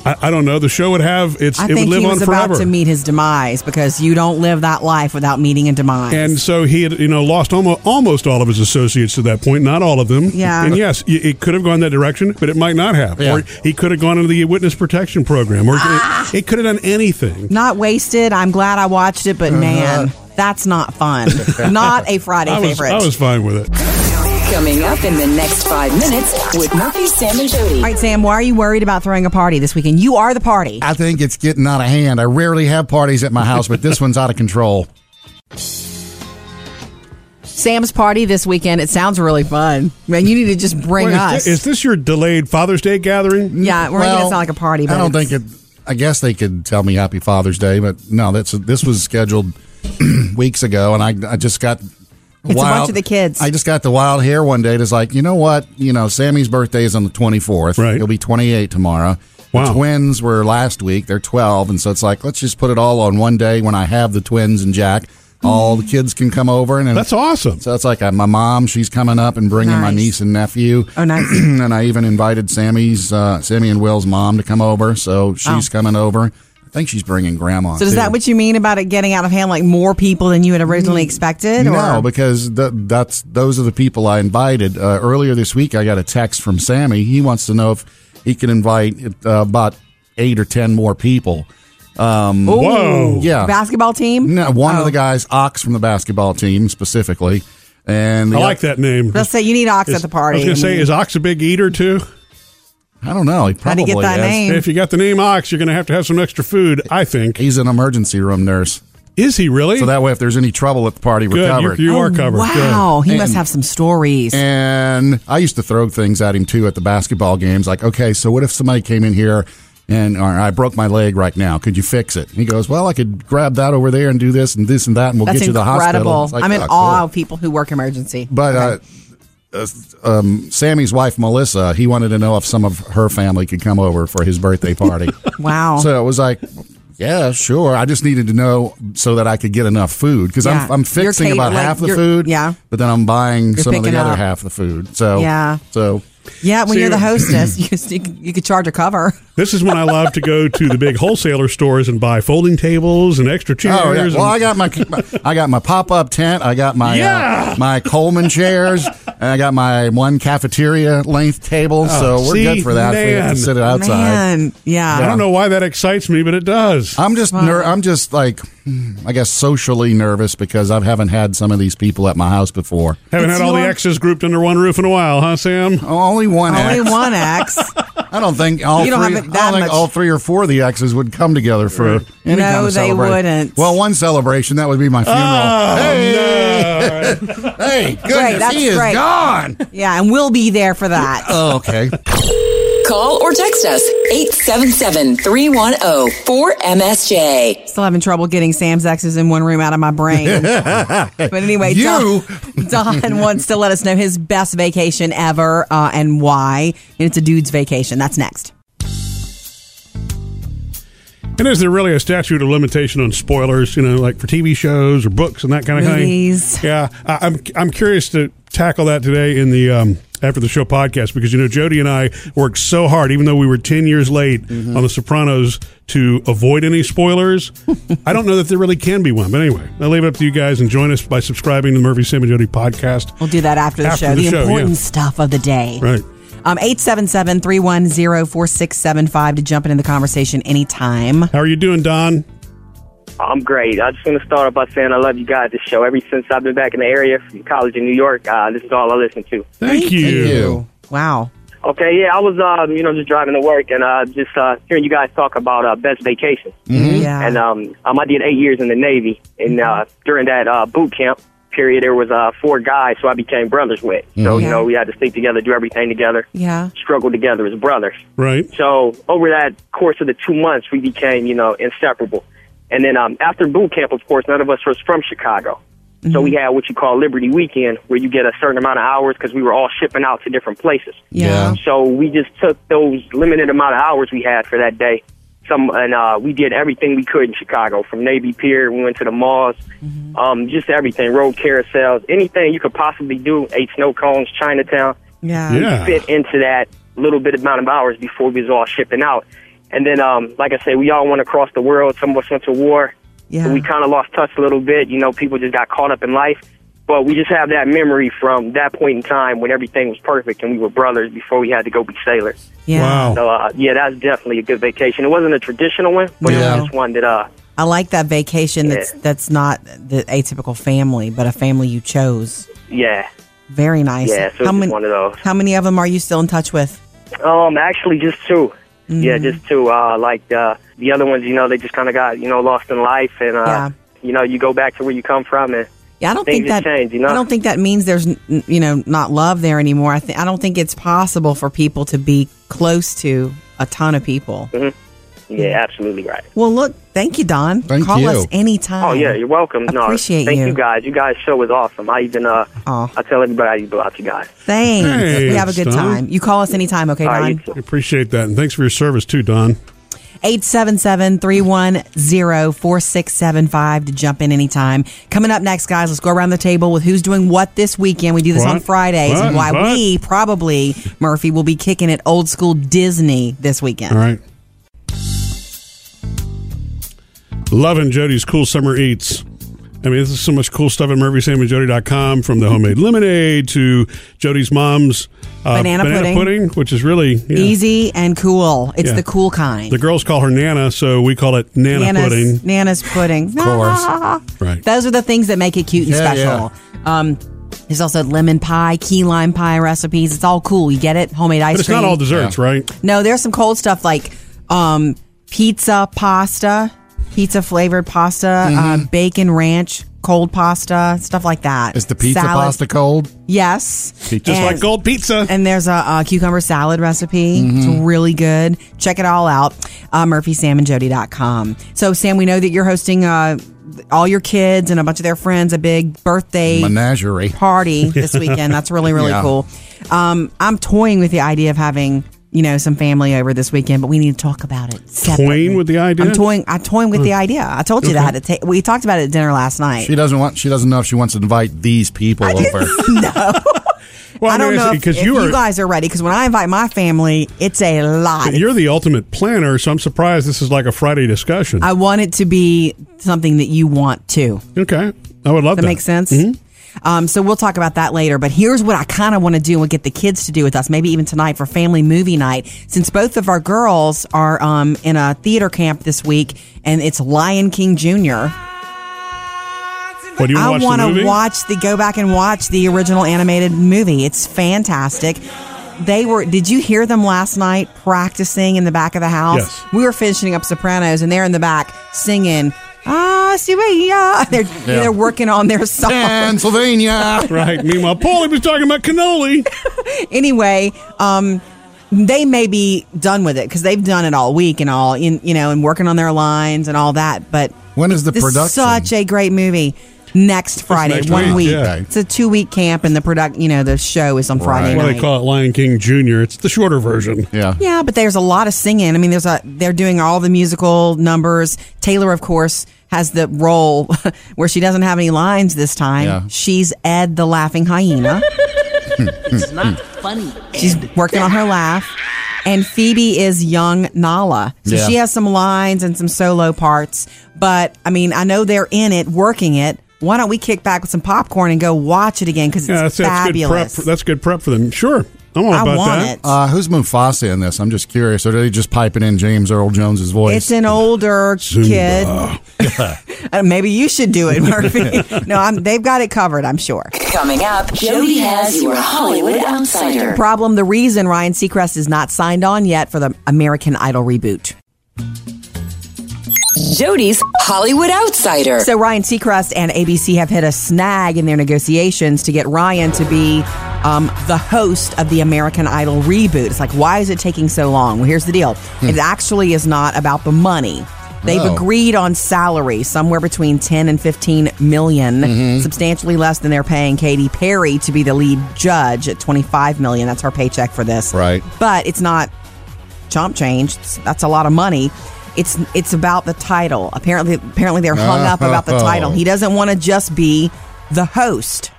Speaker 2: I, I don't know the show would have it's
Speaker 3: I
Speaker 2: it would
Speaker 3: think
Speaker 2: live
Speaker 3: he was
Speaker 2: on
Speaker 3: about
Speaker 2: forever.
Speaker 3: to meet his demise because you don't live that life without meeting a demise.
Speaker 2: And so he had, you know, lost almost almost all of his associates at that point. Not all of them.
Speaker 3: Yeah.
Speaker 2: And yes, y- it could have gone that direction, but it might not have. Or he could have gone into the witness protection program, or it- it, could have done anything.
Speaker 3: Ah! not wasted. I'm glad I watched it, but man, that's not fun. not a Friday
Speaker 2: Uh-huh. I was,
Speaker 3: favorite.
Speaker 2: I was fine with it.
Speaker 6: Coming up in the next five minutes with Murphy, Sam, and Jody.
Speaker 3: all right, Sam, why are you worried about throwing a party this weekend? You are the party.
Speaker 4: I think it's getting out of hand. I rarely have parties at my house, but this one's out of control.
Speaker 3: Sam's party this weekend. It sounds really fun. Man, you need to just bring
Speaker 2: Wait, is
Speaker 3: us. Mm.
Speaker 2: thi- is this your delayed Father's Day gathering?
Speaker 3: yeah, we're making it sound like a party, but
Speaker 4: I don't
Speaker 3: it's-
Speaker 4: think it. I guess they could tell me Happy Father's Day, but no, that's this was scheduled weeks ago, and I, I just got.
Speaker 3: It's a bunch of the kids.
Speaker 4: I just got the wild hair one day. It's like you know what, you know, Sammy's birthday is on the twenty fourth. Right, he'll be twenty eight tomorrow. The twins were last week. They're twelve, and so it's like let's just put it all on one day when I have the twins and Jack. All the kids can come over, and
Speaker 2: that's awesome.
Speaker 4: So it's like uh my mom; she's coming up and bringing my
Speaker 3: Nice.
Speaker 4: niece and nephew.
Speaker 3: Oh, nice.
Speaker 4: and I even invited Sammy's, uh, Sammy and Will's mom to come over. So she's
Speaker 3: Oh.
Speaker 4: coming over. I think she's bringing grandma.
Speaker 3: So is
Speaker 4: too.
Speaker 3: that what you mean about it getting out of hand? Like more people than you had originally expected?
Speaker 4: Mm. No,
Speaker 3: or?
Speaker 4: because th- that's those are the people I invited uh, earlier this week. I got a text from Sammy. He wants to know if he can invite uh, about eight or ten more people. Um,
Speaker 3: Ooh.
Speaker 4: Yeah,
Speaker 3: Basketball team? Oh.
Speaker 4: No, one of the guys, Ox from the basketball team specifically, and the
Speaker 2: I like that name.
Speaker 3: Let's say you need Ox at the party.
Speaker 2: I was going to say, is Ox a big eater too?
Speaker 4: I don't know. He
Speaker 3: How'd he
Speaker 4: probably
Speaker 3: get that
Speaker 4: is.
Speaker 3: name?
Speaker 2: If you got the name Ox, you're going to have to have some extra food. I think
Speaker 4: he's an emergency room nurse.
Speaker 2: Is he really?
Speaker 4: So that way, if there's any trouble at the party, we're
Speaker 2: Good, you-
Speaker 4: covered.
Speaker 2: you are Oh, covered. Good.
Speaker 3: wow, he must
Speaker 4: And-
Speaker 3: have some stories.
Speaker 4: And I used to throw things at him too at the basketball games. Like, okay, so what if somebody came in here and or I broke my leg right now? Could you fix it? He goes, well, I could grab that over there and do this and this and that, and we'll
Speaker 3: That's
Speaker 4: get you to the hospital.
Speaker 3: incredible.
Speaker 4: It's like,
Speaker 3: I'm in
Speaker 4: oh, cool.
Speaker 3: awe of people who work emergency.
Speaker 4: But uh, uh, um, Sammy's wife Melissa, he wanted to know if some of her family could come over for his birthday party.
Speaker 3: Wow.
Speaker 4: So it was like, yeah, sure. I just needed to know so that I could get enough food because
Speaker 3: Yeah.
Speaker 4: I'm, I'm
Speaker 3: You're
Speaker 4: fixing
Speaker 3: cater-
Speaker 4: about
Speaker 3: like,
Speaker 4: half the
Speaker 3: you're-
Speaker 4: food.
Speaker 3: yeah.
Speaker 4: But then I'm buying
Speaker 3: You're
Speaker 4: some of the
Speaker 3: picking
Speaker 4: other
Speaker 3: up.
Speaker 4: half the food. So,
Speaker 3: Yeah.
Speaker 4: So, oh,
Speaker 3: yeah, when
Speaker 2: See,
Speaker 3: you're the hostess, you, you, could- you could charge a cover.
Speaker 2: This is when I love to go to the big wholesaler stores and buy folding tables and extra chairs.
Speaker 4: Oh, yeah. Well, I
Speaker 2: and-
Speaker 4: got my, I got my pop up tent. I got my uh,
Speaker 2: Yeah.
Speaker 4: my Coleman chairs, and I got my one cafeteria length table.
Speaker 2: Oh,
Speaker 4: so we're
Speaker 2: see,
Speaker 4: good for that. We
Speaker 2: man.
Speaker 4: can sit it outside.
Speaker 3: Man, yeah.
Speaker 2: I don't know why that excites me, but it does.
Speaker 4: I'm just ner- I'm just like hmm, I guess socially nervous because I haven't had some of these people at my house before.
Speaker 2: Haven't
Speaker 4: It's Oh,
Speaker 2: had all the
Speaker 4: your-
Speaker 2: exes grouped under one roof in a while, huh, Sam?
Speaker 4: Only one.
Speaker 3: Only
Speaker 4: ex.
Speaker 3: one ex.
Speaker 4: I don't think all
Speaker 3: You don't
Speaker 4: three.
Speaker 3: have it
Speaker 4: I
Speaker 3: that
Speaker 4: don't think
Speaker 3: much.
Speaker 4: all three or four of the exes would come together for
Speaker 3: No,
Speaker 4: any kind of
Speaker 3: they
Speaker 4: celebration.
Speaker 3: wouldn't.
Speaker 4: Well, one celebration that would be my funeral.
Speaker 2: Oh,
Speaker 4: hey, hey, goodness,
Speaker 3: Great, that's
Speaker 4: he is
Speaker 3: great.
Speaker 4: gone.
Speaker 3: Yeah, and we'll be there for that.
Speaker 4: Oh, okay.
Speaker 6: Call or text us 877 310 4MSJ.
Speaker 3: Still having trouble getting Sam's X's in one room out of my brain. but anyway,
Speaker 4: You-
Speaker 3: Don, Don wants to let us know his best vacation ever uh, and why. And it's a dude's vacation. That's next.
Speaker 2: And is there really a statute of limitation on spoilers? You know, like for TV shows or books and that kind of
Speaker 3: Movies.
Speaker 2: thing. Yeah, I, I'm I'm curious to tackle that today in the um, after the show podcast because you know Jody and I worked so hard, even though we were ten years late on The Sopranos, to avoid any spoilers. I don't know that there really can be one, but anyway, I'll leave it up to you guys and join us by subscribing to the Murphy Sam and Jody podcast.
Speaker 3: We'll do that after the
Speaker 2: After
Speaker 3: show.
Speaker 2: the
Speaker 3: The,
Speaker 2: show,
Speaker 3: important
Speaker 2: yeah.
Speaker 3: stuff of the day.
Speaker 2: Right.
Speaker 3: Um, 877-310-4675 to jump into the conversation anytime. How
Speaker 2: are you doing, Don?
Speaker 12: I'm great. I just want to start off by saying I love you guys. This show, ever since I've been back in the area from college in New York, uh, this is all I listen to.
Speaker 2: Thank you.
Speaker 3: Wow.
Speaker 12: Okay, yeah, I was, um, you know, just driving to work and uh, just uh, hearing you guys talk about uh, best vacations.
Speaker 3: Mhm. Yeah. Mm-hmm.
Speaker 12: And um, um, I did eight years in the Navy, and uh, during that uh, boot camp period, there was uh, four guys who I became brothers with. So
Speaker 3: Mhm.
Speaker 12: you know, we had to sleep together, do everything together,
Speaker 3: Yeah.
Speaker 12: struggle together as brothers.
Speaker 2: Right.
Speaker 12: So over that course of the two months, we became, you know, inseparable. And then um, after boot camp, of course, none of us was from Chicago. So
Speaker 3: Mm-hmm.
Speaker 12: we had what you call Liberty Weekend, where you get a certain amount of hours because we were all shipping out to different places.
Speaker 3: Yeah.
Speaker 12: So we just took those limited amount of hours we had for that day. Some and uh, we did everything we could in Chicago, from Navy Pier. We went to the malls, um, just everything, road carousels, anything you could possibly do. Ate snow cones, Chinatown.
Speaker 3: Yeah.
Speaker 12: We
Speaker 3: Yeah.
Speaker 12: fit into that little bit amount of hours before we was all shipping out. And then, um, like I said, we all went across the world. Some of us went to war.
Speaker 3: Yeah.
Speaker 12: We kind of lost touch a little bit. You know, people just got caught up in life. But we just have that memory from that point in time when everything was perfect and we were brothers before we had to go be sailors.
Speaker 3: Yeah. Wow.
Speaker 12: So, uh, yeah, that's definitely a good vacation. It wasn't a traditional one, but it
Speaker 3: Yeah.
Speaker 12: was just one that, uh,
Speaker 3: I like that vacation that's
Speaker 12: Yeah.
Speaker 3: that's not the atypical family, but a family you chose.
Speaker 12: yeah.
Speaker 3: Very nice.
Speaker 12: Yeah, so
Speaker 3: how,
Speaker 12: it's
Speaker 3: many,
Speaker 12: one of those.
Speaker 3: how many of them are you still in touch with?
Speaker 12: Um, actually, just 2
Speaker 3: Mm-hmm.
Speaker 12: Yeah, just two. Uh, like uh, the other ones, you know, they just kind of got you know lost in life, and uh,
Speaker 3: Yeah.
Speaker 12: you know, you go back to where you come from, and
Speaker 3: Yeah, I don't
Speaker 12: things
Speaker 3: think that
Speaker 12: just change. You know,
Speaker 3: I don't think that means there's n- n- you know not love there anymore. I think I don't think it's possible for people to be close to a ton of people.
Speaker 12: Mm-hmm.
Speaker 3: Mm-hmm.
Speaker 12: yeah, absolutely right.
Speaker 3: Well, look, thank you, Don.
Speaker 12: Thank
Speaker 3: Call
Speaker 12: you.
Speaker 3: us anytime.
Speaker 12: Oh yeah, you're welcome. No,
Speaker 3: Appreciate
Speaker 12: thank
Speaker 3: you.
Speaker 12: you. guys. You guys show is awesome. I even uh, I tell everybody about you guys.
Speaker 3: Thanks.
Speaker 2: Hey,
Speaker 3: we have a good
Speaker 2: Don.
Speaker 3: time. You call us anytime, okay, Don?
Speaker 2: I appreciate that, and thanks for your service too, Don.
Speaker 3: 877-310-4675 to jump in anytime. Coming up next, guys, let's go around the table with who's doing what this weekend. We do this on
Speaker 2: What?
Speaker 3: Fridays and why
Speaker 2: What? What?
Speaker 3: we probably, Murphy, will be kicking it old school Disney this weekend.
Speaker 2: All right. Loving Jody's Cool Summer Eats. I mean, this is so much cool stuff at MurphySamandJody.com from the homemade lemonade to Jody's mom's uh,
Speaker 3: Banana pudding.
Speaker 2: which is really yeah.
Speaker 3: Easy and cool. It's
Speaker 2: Yeah.
Speaker 3: the cool kind.
Speaker 2: The girls call her Nana, so we call it Nana
Speaker 3: Nana's
Speaker 2: pudding.
Speaker 3: Nana's pudding.
Speaker 2: Of course. Right.
Speaker 3: Those are the things that make it cute and
Speaker 2: Yeah,
Speaker 3: special. Um, there's also lemon pie, key lime pie recipes. It's all cool. You get it? Homemade ice
Speaker 2: But it's
Speaker 3: cream.
Speaker 2: not all desserts, right?
Speaker 3: No, there's some cold stuff like um, pizza pasta, pizza flavored pasta,
Speaker 4: Mm-hmm.
Speaker 3: uh, bacon ranch, cold pasta, stuff like that.
Speaker 4: Is the pizza
Speaker 3: Salad.
Speaker 4: pasta cold?
Speaker 3: Yes.
Speaker 4: Just like
Speaker 2: gold pizza.
Speaker 3: And there's a, uh cucumber salad recipe.
Speaker 4: Mm-hmm.
Speaker 3: It's really good. Check it all out. Uh, MurphySamandJody.com. So, Sam, we know that you're hosting uh, all your kids and a bunch of their friends a big birthday
Speaker 4: Menagerie.
Speaker 3: party this weekend. That's really, really
Speaker 4: Yeah.
Speaker 3: cool. Um, I'm toying with the idea of having. You know, some family over this weekend, but we need to talk about it. separately.
Speaker 2: with the idea?
Speaker 3: I'm toying. I'm toying with the idea. I told you that. It ta- we talked about it at dinner last night.
Speaker 4: She doesn't want. She doesn't know if she wants to invite these people over.
Speaker 2: Well,
Speaker 3: I don't
Speaker 2: mean,
Speaker 3: know
Speaker 2: it's-
Speaker 3: if, if you,
Speaker 2: are
Speaker 3: guys are ready. Because when I invite my family, it's a lot.
Speaker 2: you're the ultimate planner, so I'm surprised this is like a Friday discussion.
Speaker 3: I want it to be something that you want to.
Speaker 2: Okay. I would love
Speaker 3: that.
Speaker 2: that.
Speaker 3: makes sense.
Speaker 2: Mhm.
Speaker 3: Um, so we'll talk about that later. But here's what I kind of want to do and we'll get the kids to do with us, maybe even tonight for family movie night. Since both of our girls are um, in a theater camp this week and it's Lion King Jr.
Speaker 2: What, do you
Speaker 3: I
Speaker 2: wanna watch
Speaker 3: want
Speaker 2: the
Speaker 3: to
Speaker 2: movie?
Speaker 3: watch the go back and watch the original animated movie. It's fantastic. They were. Did you hear them last night practicing in the back of the house?
Speaker 2: Yes.
Speaker 3: We were finishing up Sopranos, and they're in the back singing. Ah, see what ya-" They're
Speaker 2: Yeah.
Speaker 3: they're working on their song.
Speaker 4: Pennsylvania.
Speaker 2: right. Meanwhile, Paulie was talking about cannoli.
Speaker 3: anyway, um, they may be done with it because they've done it all week and all in you know and working on their lines and all that. But
Speaker 4: when is the
Speaker 3: this
Speaker 4: production?
Speaker 3: Such a great movie. Next Friday,
Speaker 2: next
Speaker 3: one
Speaker 2: week,
Speaker 3: week.
Speaker 2: yeah.
Speaker 3: It's a two week camp, and the product, you know, the show is on Friday
Speaker 2: Why
Speaker 3: night.
Speaker 2: they call it Lion King Junior. It's the shorter version.
Speaker 4: Yeah.
Speaker 3: Yeah, but there's a lot of singing. I mean, there's a they're doing all the musical numbers. Taylor, of course, has the role where she doesn't have any lines this time.
Speaker 15: Yeah.
Speaker 3: She's Ed the laughing hyena.
Speaker 15: it's not
Speaker 14: Hmm.
Speaker 15: funny.
Speaker 3: She's working on her laugh. And Phoebe is young Nala. So
Speaker 15: Yeah.
Speaker 3: she has some lines and some solo parts. But I mean, I know they're in it, working it. Why don't we kick back with some popcorn and go watch it again? Because it's
Speaker 2: Yeah, that's, that's good prep.
Speaker 3: fabulous.
Speaker 2: For, that's good prep for them. Sure, I'm all
Speaker 3: I
Speaker 2: about
Speaker 3: want
Speaker 2: that.
Speaker 3: it.
Speaker 4: Uh, who's Mufasa in this? I'm just curious. Are they just piping in James Earl Jones's voice?
Speaker 3: It's an older kid. Uh, maybe you should do it, Murphy. no, I'm, they've got it covered, I'm sure.
Speaker 6: Coming up, Jody has your Hollywood Outsider.
Speaker 3: Problem the reason Ryan Seacrest is not signed on yet for the American Idol reboot.
Speaker 6: Jody's Hollywood Outsider.
Speaker 3: So Ryan Seacrest and ABC have hit a snag in their negotiations to get Ryan to be um, the host of the American Idol reboot. It's like, why is it taking so long? Well, here's the deal: it actually is not about the money. They've
Speaker 15: Oh.
Speaker 3: agreed on salary somewhere between 10 and 15 million, substantially less than they're paying Katy Perry to be the lead judge at 25 million. That's her paycheck for this.
Speaker 4: Right.
Speaker 3: But it's not chomp change. It's- That's a lot of money. It's it's about the title. Apparently apparently they're hung up about the title.
Speaker 4: Oh.
Speaker 3: He doesn't want to just be the host.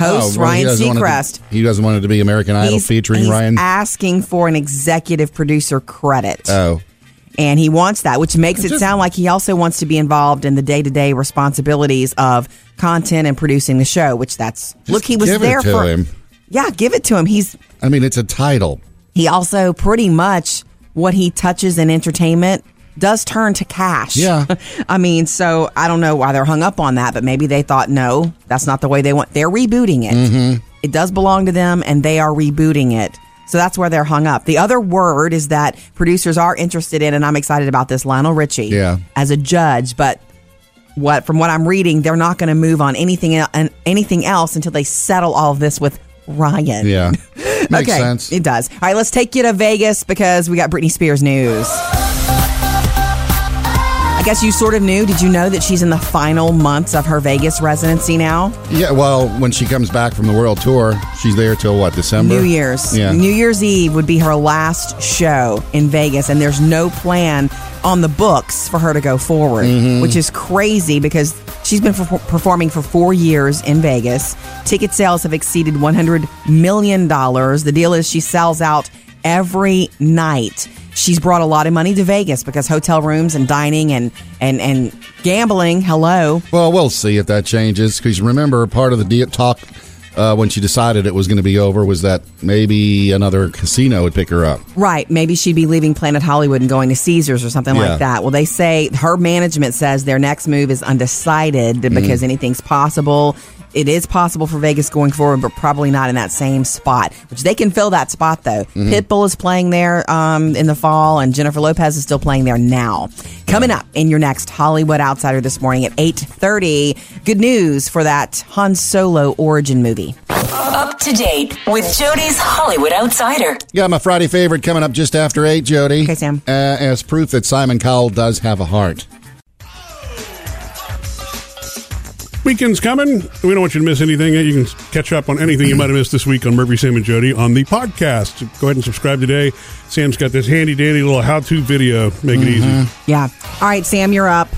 Speaker 3: Host
Speaker 4: Oh, well, he
Speaker 3: Ryan
Speaker 4: doesn't want it to-
Speaker 3: Seacrest.
Speaker 4: he doesn't want it to be American Idol
Speaker 3: He's-
Speaker 4: featuring
Speaker 3: he's
Speaker 4: Ryan.
Speaker 3: asking for an executive producer credit.
Speaker 4: oh,
Speaker 3: And he wants that, which makes it sound like he also wants to be involved in the day to day responsibilities of content and producing the show, which that's look, he was
Speaker 4: give
Speaker 3: there
Speaker 4: it to
Speaker 3: for
Speaker 4: him.
Speaker 3: Yeah, give it to him. He's
Speaker 4: I mean, it's a title.
Speaker 3: he also pretty much what he touches in entertainment does turn to cash.
Speaker 4: Yeah.
Speaker 3: I mean, so I don't know why they're hung up on that, but maybe they thought, no, that's not the way they want. They're rebooting it.
Speaker 4: Mm-hmm.
Speaker 3: It does belong to them, and they are rebooting it. So that's where they're hung up. The other word is that producers are interested in, and I'm excited about this Lionel Richie
Speaker 4: Yeah.
Speaker 3: as a judge, but what from what I'm reading, they're not going to move on anything el- and anything else until they settle all of this with Ryan.
Speaker 4: Yeah. Makes
Speaker 3: okay,
Speaker 4: sense.
Speaker 3: It does. All right, let's take you to Vegas because we got Britney Spears news. I guess you sort of knew. Did you know that she's in the final months of her Vegas residency now?
Speaker 4: Yeah, well, when she comes back from the world tour, she's there till what, December?
Speaker 3: New Year's.
Speaker 4: Yeah.
Speaker 3: New Year's Eve would be her last show in Vegas, and there's no plan on the books for her to go forward,
Speaker 15: Mhm.
Speaker 3: which is crazy because she's been perfor- performing for four years in Vegas. Ticket sales have exceeded $100 million. The deal is she sells out every night. She's brought a lot of money to Vegas because hotel rooms and dining and, and, and gambling, hello,
Speaker 4: Well, we'll see if that changes because remember, part of the deal talk uh, when she decided it was going to be over was that maybe another casino would pick her up.
Speaker 3: Right. Maybe she'd be leaving Planet Hollywood and going to Caesars or something
Speaker 4: Yeah.
Speaker 3: like that. Well, they say her management says their next move is undecided because
Speaker 15: Mhm.
Speaker 3: anything's possible. It is possible for Vegas going forward, but probably not in that same spot, which they can fill that spot though.
Speaker 15: Mhm.
Speaker 3: Pitbull is playing there um, in the fall, and Jennifer Lopez is still playing there now. Coming up in your next Hollywood Outsider this morning at eight thirty. Good news for that Han Solo origin movie.
Speaker 6: Up to date with Jody's Hollywood Outsider.
Speaker 4: Yeah, my Friday favorite coming up just after 8, Jody. Okay, Sam. Uh, as proof that Simon Cowell does have a heart.
Speaker 2: Weekend's coming. We don't want you to miss anything. You can catch up on anything you might have missed this week on Murphy, Sam, and Jody on the podcast. Go ahead and subscribe today. Sam's got this handy dandy little how to video. Make it
Speaker 3: Mm-hmm.
Speaker 2: easy.
Speaker 3: Yeah. All right, Sam, you're up.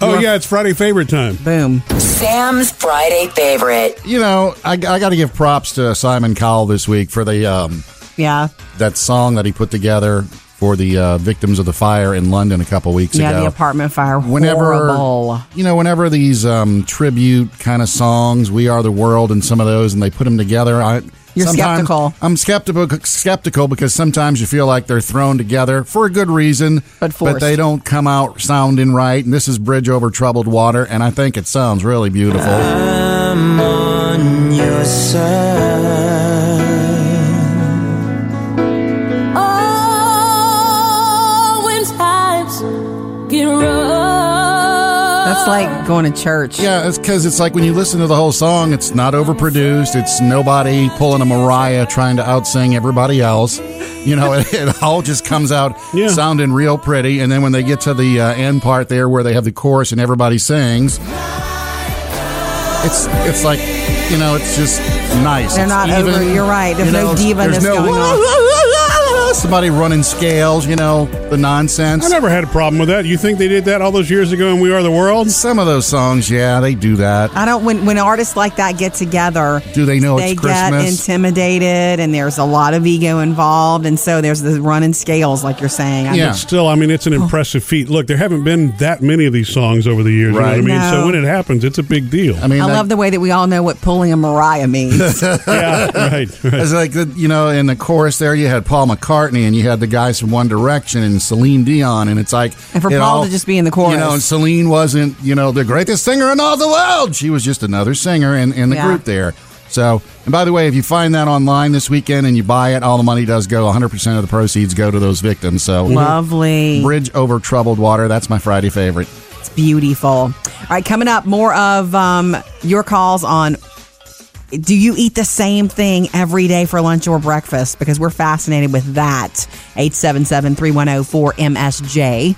Speaker 2: Oh, yeah, it's Friday favorite time.
Speaker 3: Boom.
Speaker 6: Sam's Friday favorite.
Speaker 4: You know, I, I got to give props to Simon Cowell this week for the um,
Speaker 3: Yeah.
Speaker 4: that song that he put together for the uh, victims of the fire in London a couple weeks
Speaker 3: yeah,
Speaker 4: ago.
Speaker 3: the apartment fire.
Speaker 4: whenever
Speaker 3: Horrible.
Speaker 4: you know whenever these um, tribute kind of songs we are the world and some of those and they put them together i
Speaker 3: You're
Speaker 4: sometimes-
Speaker 3: skeptical.
Speaker 4: i'm skeptical skeptical because sometimes you feel like they're thrown together for a good reason but,
Speaker 3: forced.
Speaker 4: they don't come out sounding right and this is bridge over troubled water and i think it sounds really beautiful
Speaker 16: I'm on your side.
Speaker 15: Oh, when times get rough.
Speaker 3: That's It's like going to church.
Speaker 4: Ah. Yeah, it's because it's like when you listen to the whole song, it's not overproduced. It's nobody pulling a Mariah trying to outsing everybody else. You know, it, it all just comes out sounding real pretty. And then when they get to the uh, end part there where they have the chorus and everybody sings, it's it's like you know, it's just nice.
Speaker 3: They're
Speaker 4: It's
Speaker 3: not over- you're right. There's no diva-ness
Speaker 4: There's no
Speaker 3: going
Speaker 4: somebody running scales. You know, the nonsense.
Speaker 2: I never had a problem with that. You think they did that all those years ago in We Are the World?
Speaker 4: Some of those songs, yeah, they do that.
Speaker 3: I don't when when artists like that get together.
Speaker 4: Do they know
Speaker 3: they
Speaker 4: it's
Speaker 3: get
Speaker 4: Christmas?
Speaker 3: intimidated, and there's a lot of ego involved, and so there's the running scales, like you're saying. I
Speaker 2: But still, I mean, it's an
Speaker 3: Oh.
Speaker 2: impressive feat. Look, there haven't been that many of these songs over the years.
Speaker 4: Right.
Speaker 2: You know what I mean?
Speaker 3: No.
Speaker 2: So when it happens, it's a big deal.
Speaker 4: I mean,
Speaker 3: I
Speaker 4: that-
Speaker 3: love the way that we all know what pulling a Mariah means.
Speaker 2: yeah, right, right.
Speaker 4: It's like the, you know, in the chorus there, you had Paul McCartney and you had the guys from One Direction and Celine Dion, and it's like,
Speaker 3: And for
Speaker 4: it
Speaker 3: Paul to just be in the chorus.
Speaker 4: you know, and Celine wasn't, you know, the greatest singer in all the world. She was just another singer in, in the
Speaker 3: Yeah.
Speaker 4: group there. So, and by the way, if you find that online this weekend and you buy it, all the money does go. 100 percent of the proceeds go to those victims. So,
Speaker 3: Lovely.
Speaker 4: Bridge over troubled water. That's my Friday favorite.
Speaker 3: It's beautiful. All right, coming up, more of um, your calls on do you eat the same thing every day for lunch or breakfast? Because we're fascinated with that. 877 310 4MSJ.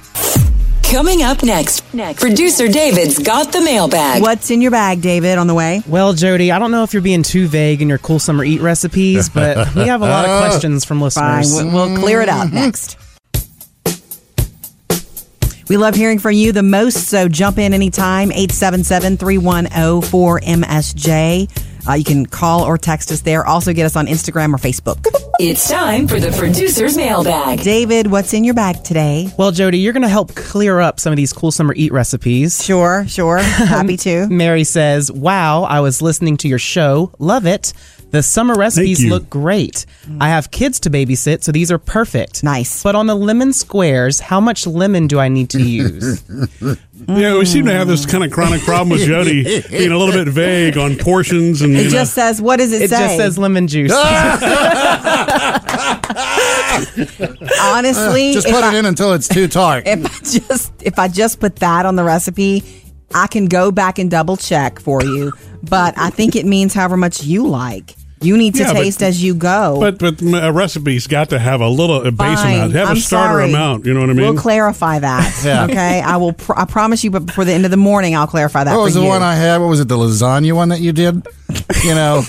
Speaker 6: Coming up next, producer David's got the mailbag.
Speaker 3: What's in your bag, David, on the way?
Speaker 5: Well, Jody, I don't know if you're being too vague in your cool summer eat recipes, but we have a lot of questions from listeners.
Speaker 3: Fine, we'll, we'll clear it up next. We love hearing from you the most, so jump in anytime, 877-310-4MSJ. Uh, you can call or text us there. Also get us on Instagram or Facebook.
Speaker 6: It's time for the producer's mailbag.
Speaker 3: David, what's in your bag today?
Speaker 5: Well, Jody, you're going to help clear up some of these cool summer eat recipes.
Speaker 3: Sure, sure. Happy to.
Speaker 5: Mary says, Wow, I was listening to your show. Love it. The summer recipes
Speaker 2: you.
Speaker 5: look great. I have kids to babysit, so these are perfect.
Speaker 3: Nice.
Speaker 5: But on the lemon squares, how much lemon do I need to use?
Speaker 2: Yeah, we seem to have this kind of chronic problem with Jody being a little bit vague on portions and.
Speaker 3: It
Speaker 2: you know-
Speaker 3: just says, what does it,
Speaker 5: it
Speaker 3: say?
Speaker 5: just says lemon juice.
Speaker 3: Honestly,
Speaker 4: just
Speaker 3: if
Speaker 4: put
Speaker 3: I-
Speaker 4: it in until it's too tart.
Speaker 3: if I just if I just put that on the recipe, I can go back and double check for you. But I think it means however much you like. You need to
Speaker 2: Yeah, but-
Speaker 3: taste as you go.
Speaker 2: but but a recipe's got to have a little a base
Speaker 3: Fine.
Speaker 2: amount, have
Speaker 3: I'm
Speaker 2: a starter
Speaker 3: sorry.
Speaker 2: amount. You know what I mean?
Speaker 3: We'll clarify that.
Speaker 4: Yeah.
Speaker 3: Okay. I will. Pr- I promise you, but before the end of the morning, I'll clarify that.
Speaker 4: What
Speaker 3: for
Speaker 4: was the
Speaker 3: you.
Speaker 4: one I had? What was it? The lasagna one that you did? You know,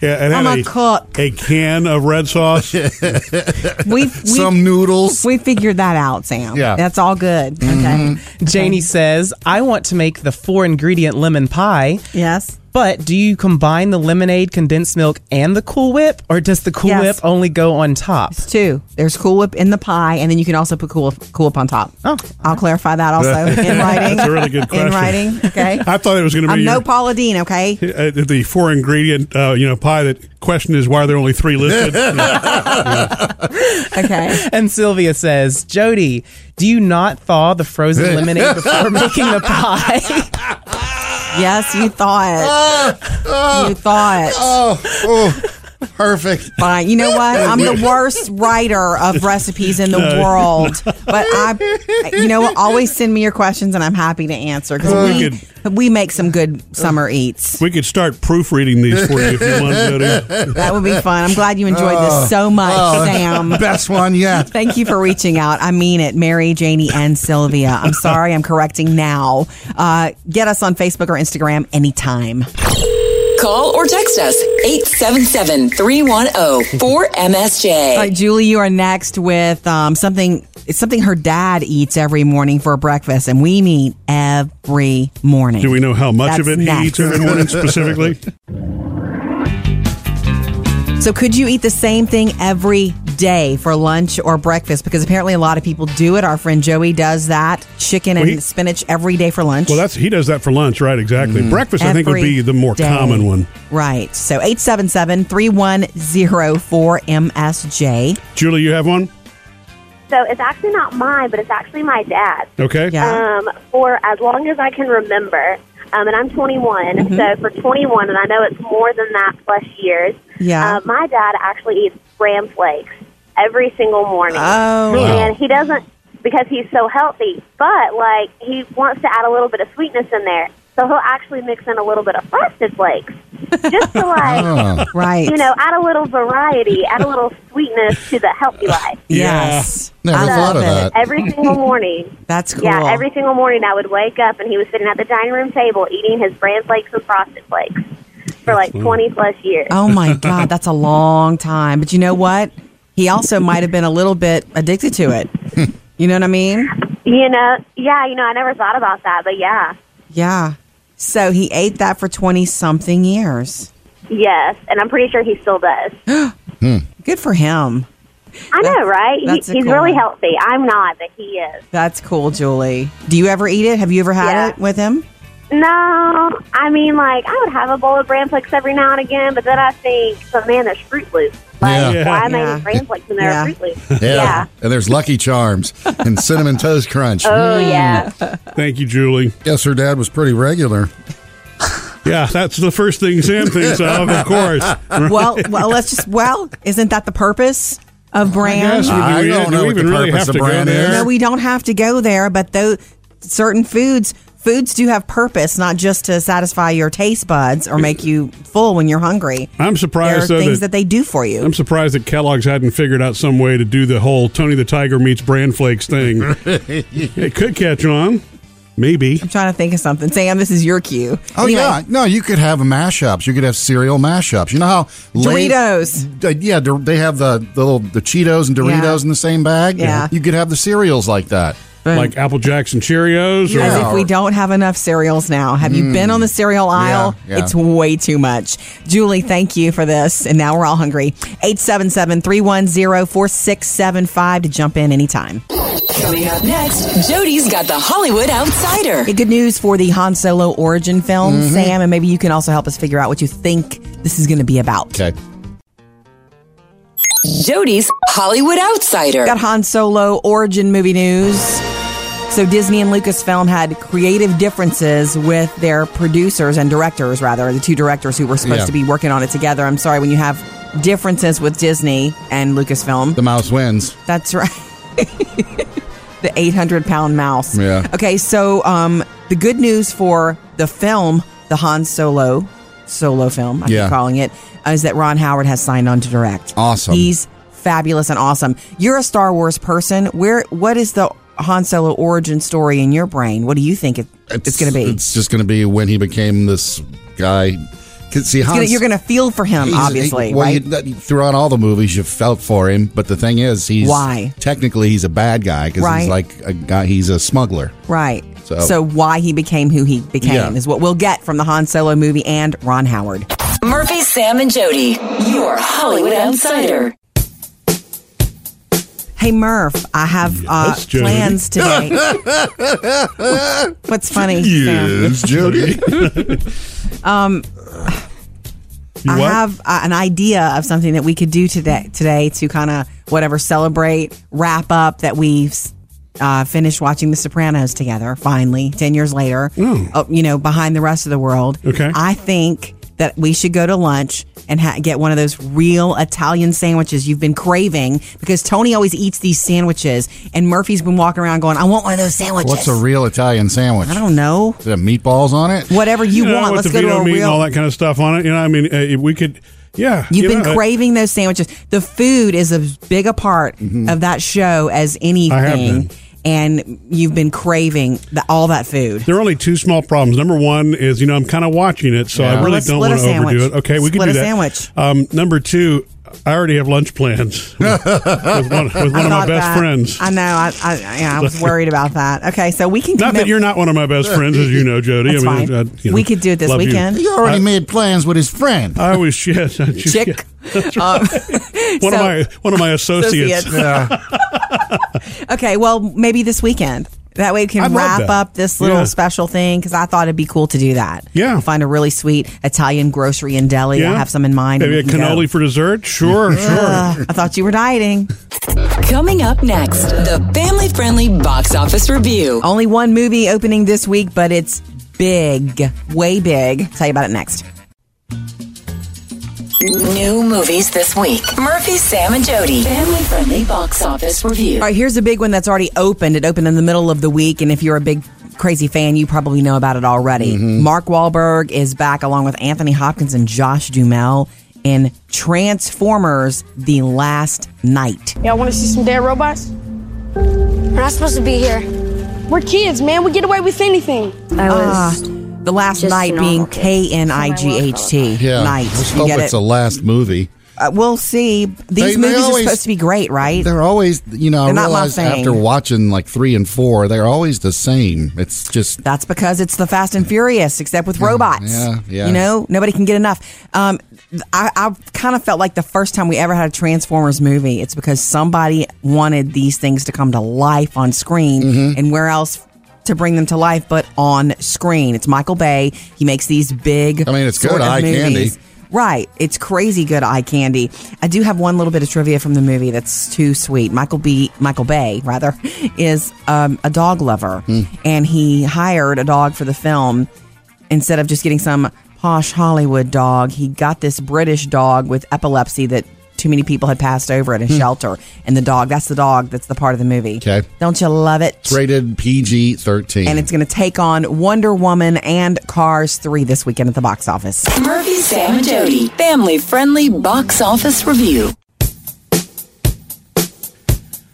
Speaker 2: yeah, and
Speaker 3: I'm
Speaker 2: had
Speaker 3: a cook.
Speaker 2: A can of red sauce.
Speaker 3: We we
Speaker 4: some noodles.
Speaker 3: we figured that out, Sam.
Speaker 4: Yeah.
Speaker 3: That's all good. Okay.
Speaker 2: Mm-hmm.
Speaker 5: Janie says, I want to make the four ingredient lemon pie.
Speaker 3: Yes.
Speaker 5: But do you combine the lemonade, condensed milk, and the Cool Whip, or does the Cool
Speaker 3: Yes.
Speaker 5: Whip only go on top?
Speaker 3: Two. There's Cool Whip in the pie, and then you can also put Cool Whip, cool Whip on top.
Speaker 5: Oh.
Speaker 3: I'll clarify that also in writing.
Speaker 2: That's a really good question.
Speaker 3: In writing. Okay.
Speaker 2: I thought it was going to be
Speaker 3: I'm
Speaker 2: your-
Speaker 3: no Paula Dean. Okay.
Speaker 2: uh, the four ingredient uh, you know pie that question is why are there only three listed
Speaker 3: Okay.
Speaker 5: And Sylvia says, Jody, do you not thaw the frozen lemonade before making the pie?
Speaker 3: Yes, you thought. You thought.
Speaker 4: Oh, oh, perfect.
Speaker 3: Fine. You know what? I'm the worst writer of recipes in the world. But I, you know, what? always send me your questions and I'm happy to answer
Speaker 2: Oh,
Speaker 3: because we, we make some good summer eats.
Speaker 2: we could start proofreading these for you if you want to
Speaker 3: That would be fun. I'm glad you enjoyed this so much, Sam.
Speaker 4: Best one yet.
Speaker 3: Thank you for reaching out. I mean it, Mary, Janie, and Sylvia. I'm sorry, I'm correcting now. Uh, get us on Facebook or Instagram anytime.
Speaker 6: Call or text us 877 310
Speaker 3: All
Speaker 6: 4MSJ.
Speaker 3: right, Julie, you are next with um, something. It's something her dad eats every morning for breakfast, and we meet every morning.
Speaker 2: do we know how much of
Speaker 3: That's
Speaker 2: it he
Speaker 3: next.
Speaker 2: eats every morning specifically
Speaker 3: So, could you eat the same thing every day for lunch or breakfast? Because apparently, a lot of people do it. Our friend Joey does that: chicken and
Speaker 2: Well, he-
Speaker 3: spinach every day for lunch.
Speaker 2: well that's he does that for lunch right exactly breakfast i think would
Speaker 3: Mm-hmm. Every
Speaker 2: be the more
Speaker 3: day.
Speaker 2: common one
Speaker 3: right. So, 877-3104-MSJ.
Speaker 2: julie you have one
Speaker 9: So it's actually not mine, but it's actually my dad's.
Speaker 2: okay
Speaker 3: Yeah.
Speaker 9: Um, for as long as I can remember, um, and I'm 21,
Speaker 3: Mm-hmm.
Speaker 9: so for 21, and I know it's more than that plus years.
Speaker 3: Yeah.
Speaker 9: Uh, my dad actually eats graham flakes every single morning,
Speaker 3: Oh.
Speaker 9: and he doesn't. because he's so healthy. But like he wants to add a little bit of sweetness in there. So he'll actually mix in a little bit of frosted flakes. Just to like
Speaker 3: Oh. Right.
Speaker 9: you know, add a little variety, add a little sweetness to the healthy life.
Speaker 3: Yes.
Speaker 4: Never thought of that.
Speaker 9: Every single morning.
Speaker 3: That's cool.
Speaker 9: Yeah, every single morning I would wake up and he was sitting at the dining room table eating his bran flakes and frosted flakes for like 20 plus years.
Speaker 3: Oh my God, that's a long time. But you know what? He also might have been a little bit addicted to it. You know what I mean?
Speaker 9: You know, yeah, you know, I never thought about that, but yeah.
Speaker 3: Yeah. So he ate that for 20 something years.
Speaker 9: Yes, and I'm pretty sure he still does.
Speaker 3: Good for him.
Speaker 9: I know, right? He,
Speaker 3: that's a
Speaker 9: he's
Speaker 3: cool
Speaker 9: really
Speaker 3: one.
Speaker 9: healthy. I'm not, but he is.
Speaker 3: That's cool, Julie. Do you ever eat it? Have you ever had
Speaker 9: Yeah.
Speaker 3: it with him?
Speaker 9: No, I mean, like, I would have a bowl of bran flakes every now and again, but then I think, but man, there's Fruit Loops. Like,
Speaker 4: Yeah.
Speaker 9: why am I
Speaker 4: Yeah.
Speaker 9: eating bran flakes when there
Speaker 4: Yeah.
Speaker 9: are Fruit Loops?
Speaker 4: Yeah. And there's Lucky Charms and Cinnamon Toast Crunch.
Speaker 9: Oh, yeah.
Speaker 3: Mm.
Speaker 2: Thank you, Julie.
Speaker 4: Guess her dad was pretty regular.
Speaker 2: Yeah, that's the first thing Sam thinks of, of course.
Speaker 3: Well, well, let's just, well, isn't that the purpose of brand?
Speaker 2: guess we do. I We- don't do know we what the even really purpose have of to go brand there? is.
Speaker 3: No, we don't have to go there, but though certain foods, foods do have purpose, not just to satisfy your taste buds or make you full when you're hungry.
Speaker 2: I'm surprised,
Speaker 3: There are
Speaker 2: though,
Speaker 3: things
Speaker 2: that-
Speaker 3: that, they do for you.
Speaker 2: I'm surprised that Kellogg's hadn't figured out some way to do the whole Tony the Tiger meets Bran Flakes thing. it could catch on, maybe.
Speaker 3: I'm trying to think of something. Sam, this is your cue.
Speaker 4: Oh yeah, no, you could have mashups. You could have cereal mashups. You know how lame-
Speaker 3: Doritos.
Speaker 4: Uh, yeah, Dor- they have the, the little the Cheetos and Doritos
Speaker 3: Yeah.
Speaker 4: in the same bag.
Speaker 3: Yeah.
Speaker 4: you could have the cereals like that.
Speaker 2: Like Apple Jacks and Cheerios.
Speaker 3: As if we don't have enough cereals now. Have you been on the cereal aisle?
Speaker 2: Mm. Yeah, yeah.
Speaker 3: It's way too much. Julie, thank you for this. And now we're all hungry. 877 310 4675 to jump in anytime.
Speaker 6: Coming up next, Jody's got the Hollywood Outsider.
Speaker 3: Hey, good news for the Han Solo origin film,
Speaker 2: Mm-hmm.
Speaker 3: Sam. And maybe you can also help us figure out what you think this is going to be about.
Speaker 4: Okay.
Speaker 6: Jody's Hollywood Outsider.
Speaker 3: Got Han Solo origin movie news. So Disney and Lucasfilm had creative differences with their producers and directors, rather the two directors who were supposed
Speaker 4: Yeah.
Speaker 3: to be working on it together. I'm sorry when you have differences with Disney and Lucasfilm.
Speaker 4: The mouse wins.
Speaker 3: That's right. the 800 pound mouse.
Speaker 4: Yeah.
Speaker 3: Okay, so um, the good news for the film, the Han Solo solo film, I
Speaker 4: Yeah.
Speaker 3: keep calling it, uh, is that Ron Howard has signed on to direct.
Speaker 4: Awesome.
Speaker 3: He's fabulous and awesome. You're a Star Wars person. Where? What is the Han Solo origin story in your brain? What do you think it, it's, going to be?
Speaker 4: It's just going to be when he became this guy. 'Cause See,
Speaker 3: It's gonna-
Speaker 4: Han's-
Speaker 3: you're going to feel for him,
Speaker 4: he's-
Speaker 3: Um, obviously,
Speaker 4: he- well,
Speaker 3: right?
Speaker 4: you- that- throughout all the movies, you felt for him, but the thing is, he's
Speaker 3: Why?
Speaker 4: Technically, he's a bad guy because
Speaker 3: Right.
Speaker 4: he's like a guy. He's a smuggler.
Speaker 3: Right.
Speaker 4: So-
Speaker 3: So, why he became who he became
Speaker 4: Yeah.
Speaker 3: is what we'll get from the Han Solo movie and Ron Howard.
Speaker 6: Murphy, Sam, and Jody, your Hollywood Outsider.
Speaker 3: Hey Murph, I have uh,
Speaker 6: Jody.
Speaker 3: plans today. What's funny? Sam?
Speaker 4: Jody.
Speaker 3: Um, I
Speaker 2: what?
Speaker 3: have uh, an idea of something that we could do today. Today to kind of whatever celebrate, wrap up that we've uh, finished watching The Sopranos together. Finally, ten years later, uh, you know, behind the rest of the world.
Speaker 2: Okay.
Speaker 3: I think that we should go to lunch and ha- get one of those real Italian sandwiches you've been craving because Tony always eats these sandwiches, and Murphy's been walking around going, "I want one of those sandwiches."
Speaker 4: What's a real Italian sandwich? I
Speaker 3: don't know.
Speaker 4: Is it meatballs on it?
Speaker 3: Whatever you
Speaker 2: know,
Speaker 3: want,
Speaker 2: with
Speaker 3: let's go
Speaker 2: the
Speaker 3: to
Speaker 2: veto
Speaker 3: a
Speaker 2: meat
Speaker 3: real
Speaker 2: and all that kind of stuff on it. You know, I mean, uh, if we could, yeah.
Speaker 3: You've
Speaker 2: you
Speaker 3: been
Speaker 2: know, uh,
Speaker 3: craving those sandwiches. The food is as big a part of that show as anything.
Speaker 2: Mm-hmm. been.
Speaker 3: And you've been craving the, all that food.
Speaker 2: There are only two small problems. Number one is, you know, I'm kind of watching it, so
Speaker 3: Yeah.
Speaker 2: I really
Speaker 3: Let's
Speaker 2: don't
Speaker 3: split a
Speaker 2: want to overdo
Speaker 3: sandwich.
Speaker 2: it. Okay, we can
Speaker 3: Split
Speaker 2: do
Speaker 3: a
Speaker 2: that.
Speaker 3: sandwich.
Speaker 2: Um, number two, I already have lunch plans with, with one, with one
Speaker 3: I
Speaker 2: of my
Speaker 3: thought
Speaker 2: best
Speaker 3: that-
Speaker 2: friends.
Speaker 3: I know. I, I, yeah, I was worried about that. Okay, so we can.
Speaker 2: Not
Speaker 3: commit-
Speaker 2: that you're not one of my best friends, as you know, Jody.
Speaker 3: That's fine.
Speaker 2: I- you know,
Speaker 3: We could do it this
Speaker 2: love you.
Speaker 3: weekend.
Speaker 4: He already made plans with his
Speaker 3: uh,
Speaker 4: friend.
Speaker 2: I was yes, I just-
Speaker 3: Chick. Um,
Speaker 2: One
Speaker 3: So-
Speaker 2: of my one of my associates.
Speaker 3: Associates. Okay, well, maybe this weekend. That way we can
Speaker 2: I'd love
Speaker 3: wrap
Speaker 2: that.
Speaker 3: up this little
Speaker 2: Yeah.
Speaker 3: special thing because I thought it'd be cool to do that.
Speaker 2: Yeah.
Speaker 3: Find a really sweet Italian grocery and deli. I have some in mind. and
Speaker 2: Maybe a
Speaker 3: we can go.
Speaker 2: cannoli for dessert. Sure, sure.
Speaker 3: Ugh, I thought you were dieting.
Speaker 6: Coming up next, the family friendly box office review.
Speaker 3: Only one movie opening this week, but it's big, way big. tell you about it next.
Speaker 6: New movies this week. Murphy, Sam, and Jody. Family friendly box office review.
Speaker 3: All right, here's a big one that's already opened. It opened in the middle of the week, and if you're a big crazy fan, you probably know about it already.
Speaker 4: Mm-hmm.
Speaker 3: Mark Wahlberg is back along with Anthony Hopkins and Josh Dumel in Transformers: The Last Night.
Speaker 7: Y'all want to see some dead robots? We're not supposed to be here. We're kids, man. We get away with anything.
Speaker 11: I was
Speaker 3: the last
Speaker 11: just
Speaker 3: night
Speaker 11: normal
Speaker 3: being
Speaker 11: kid.
Speaker 3: K N I G H T.
Speaker 4: Yeah.
Speaker 3: Night.
Speaker 4: Let's
Speaker 3: You
Speaker 4: hope
Speaker 3: get
Speaker 4: it's
Speaker 3: it?
Speaker 4: the last movie.
Speaker 3: Uh, we'll see. These
Speaker 4: They- they
Speaker 3: movies
Speaker 4: always-
Speaker 3: are supposed to be great, right?
Speaker 4: They're always, you know,
Speaker 3: They're
Speaker 4: I
Speaker 3: not my
Speaker 4: realized
Speaker 3: thing.
Speaker 4: after watching like three and four, they're always the same. It's just
Speaker 3: That's because it's the Fast and Furious, except with robots.
Speaker 4: yeah, yeah.
Speaker 3: You know, nobody can get enough. Um, I, I kind of felt like the first time we ever had a Transformers movie, it's because somebody wanted these things to come to life on screen,
Speaker 4: Mm-hmm.
Speaker 3: and where else to bring them to life but on screen? It's Michael Bay. He makes these big. I mean,
Speaker 4: it's good eye candy.
Speaker 3: Right. It's crazy good eye candy. I do have one little bit of trivia from the movie that's too sweet. Michael B. Michael Bay, rather, is um, a dog lover, and he hired a dog for the film instead of just getting some posh Hollywood dog. He got this British dog with epilepsy that too many people had passed over at a shelter, and the dog—that's the dog. That's the part of the movie.
Speaker 4: okay.
Speaker 3: Don't you love it?
Speaker 4: It's rated PG thirteen.
Speaker 3: And it's going to take on Wonder Woman and Cars 3 this weekend at the box office.
Speaker 6: Murphy, Sam, and Jody. Family friendly box office review.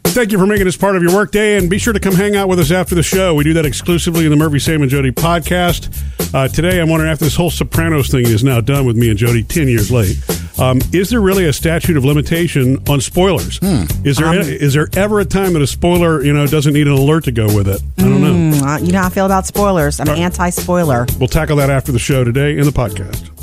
Speaker 2: Thank you for making us part of your workday, and be sure to come hang out with us after the show. We do that exclusively in the Murphy, Sam, and Jody podcast. Uh, today, I'm wondering after this whole Sopranos thing is now done with me and Jody 10 years late, um, is there really a statute of limitation on spoilers? Is there is there ever a time that a spoiler you know doesn't need an alert to go with it? I
Speaker 3: Hmm.
Speaker 2: don't know.
Speaker 3: Mm, uh, you know how I feel about spoilers. I'm anti spoiler.
Speaker 2: We'll tackle that after the show today in the podcast.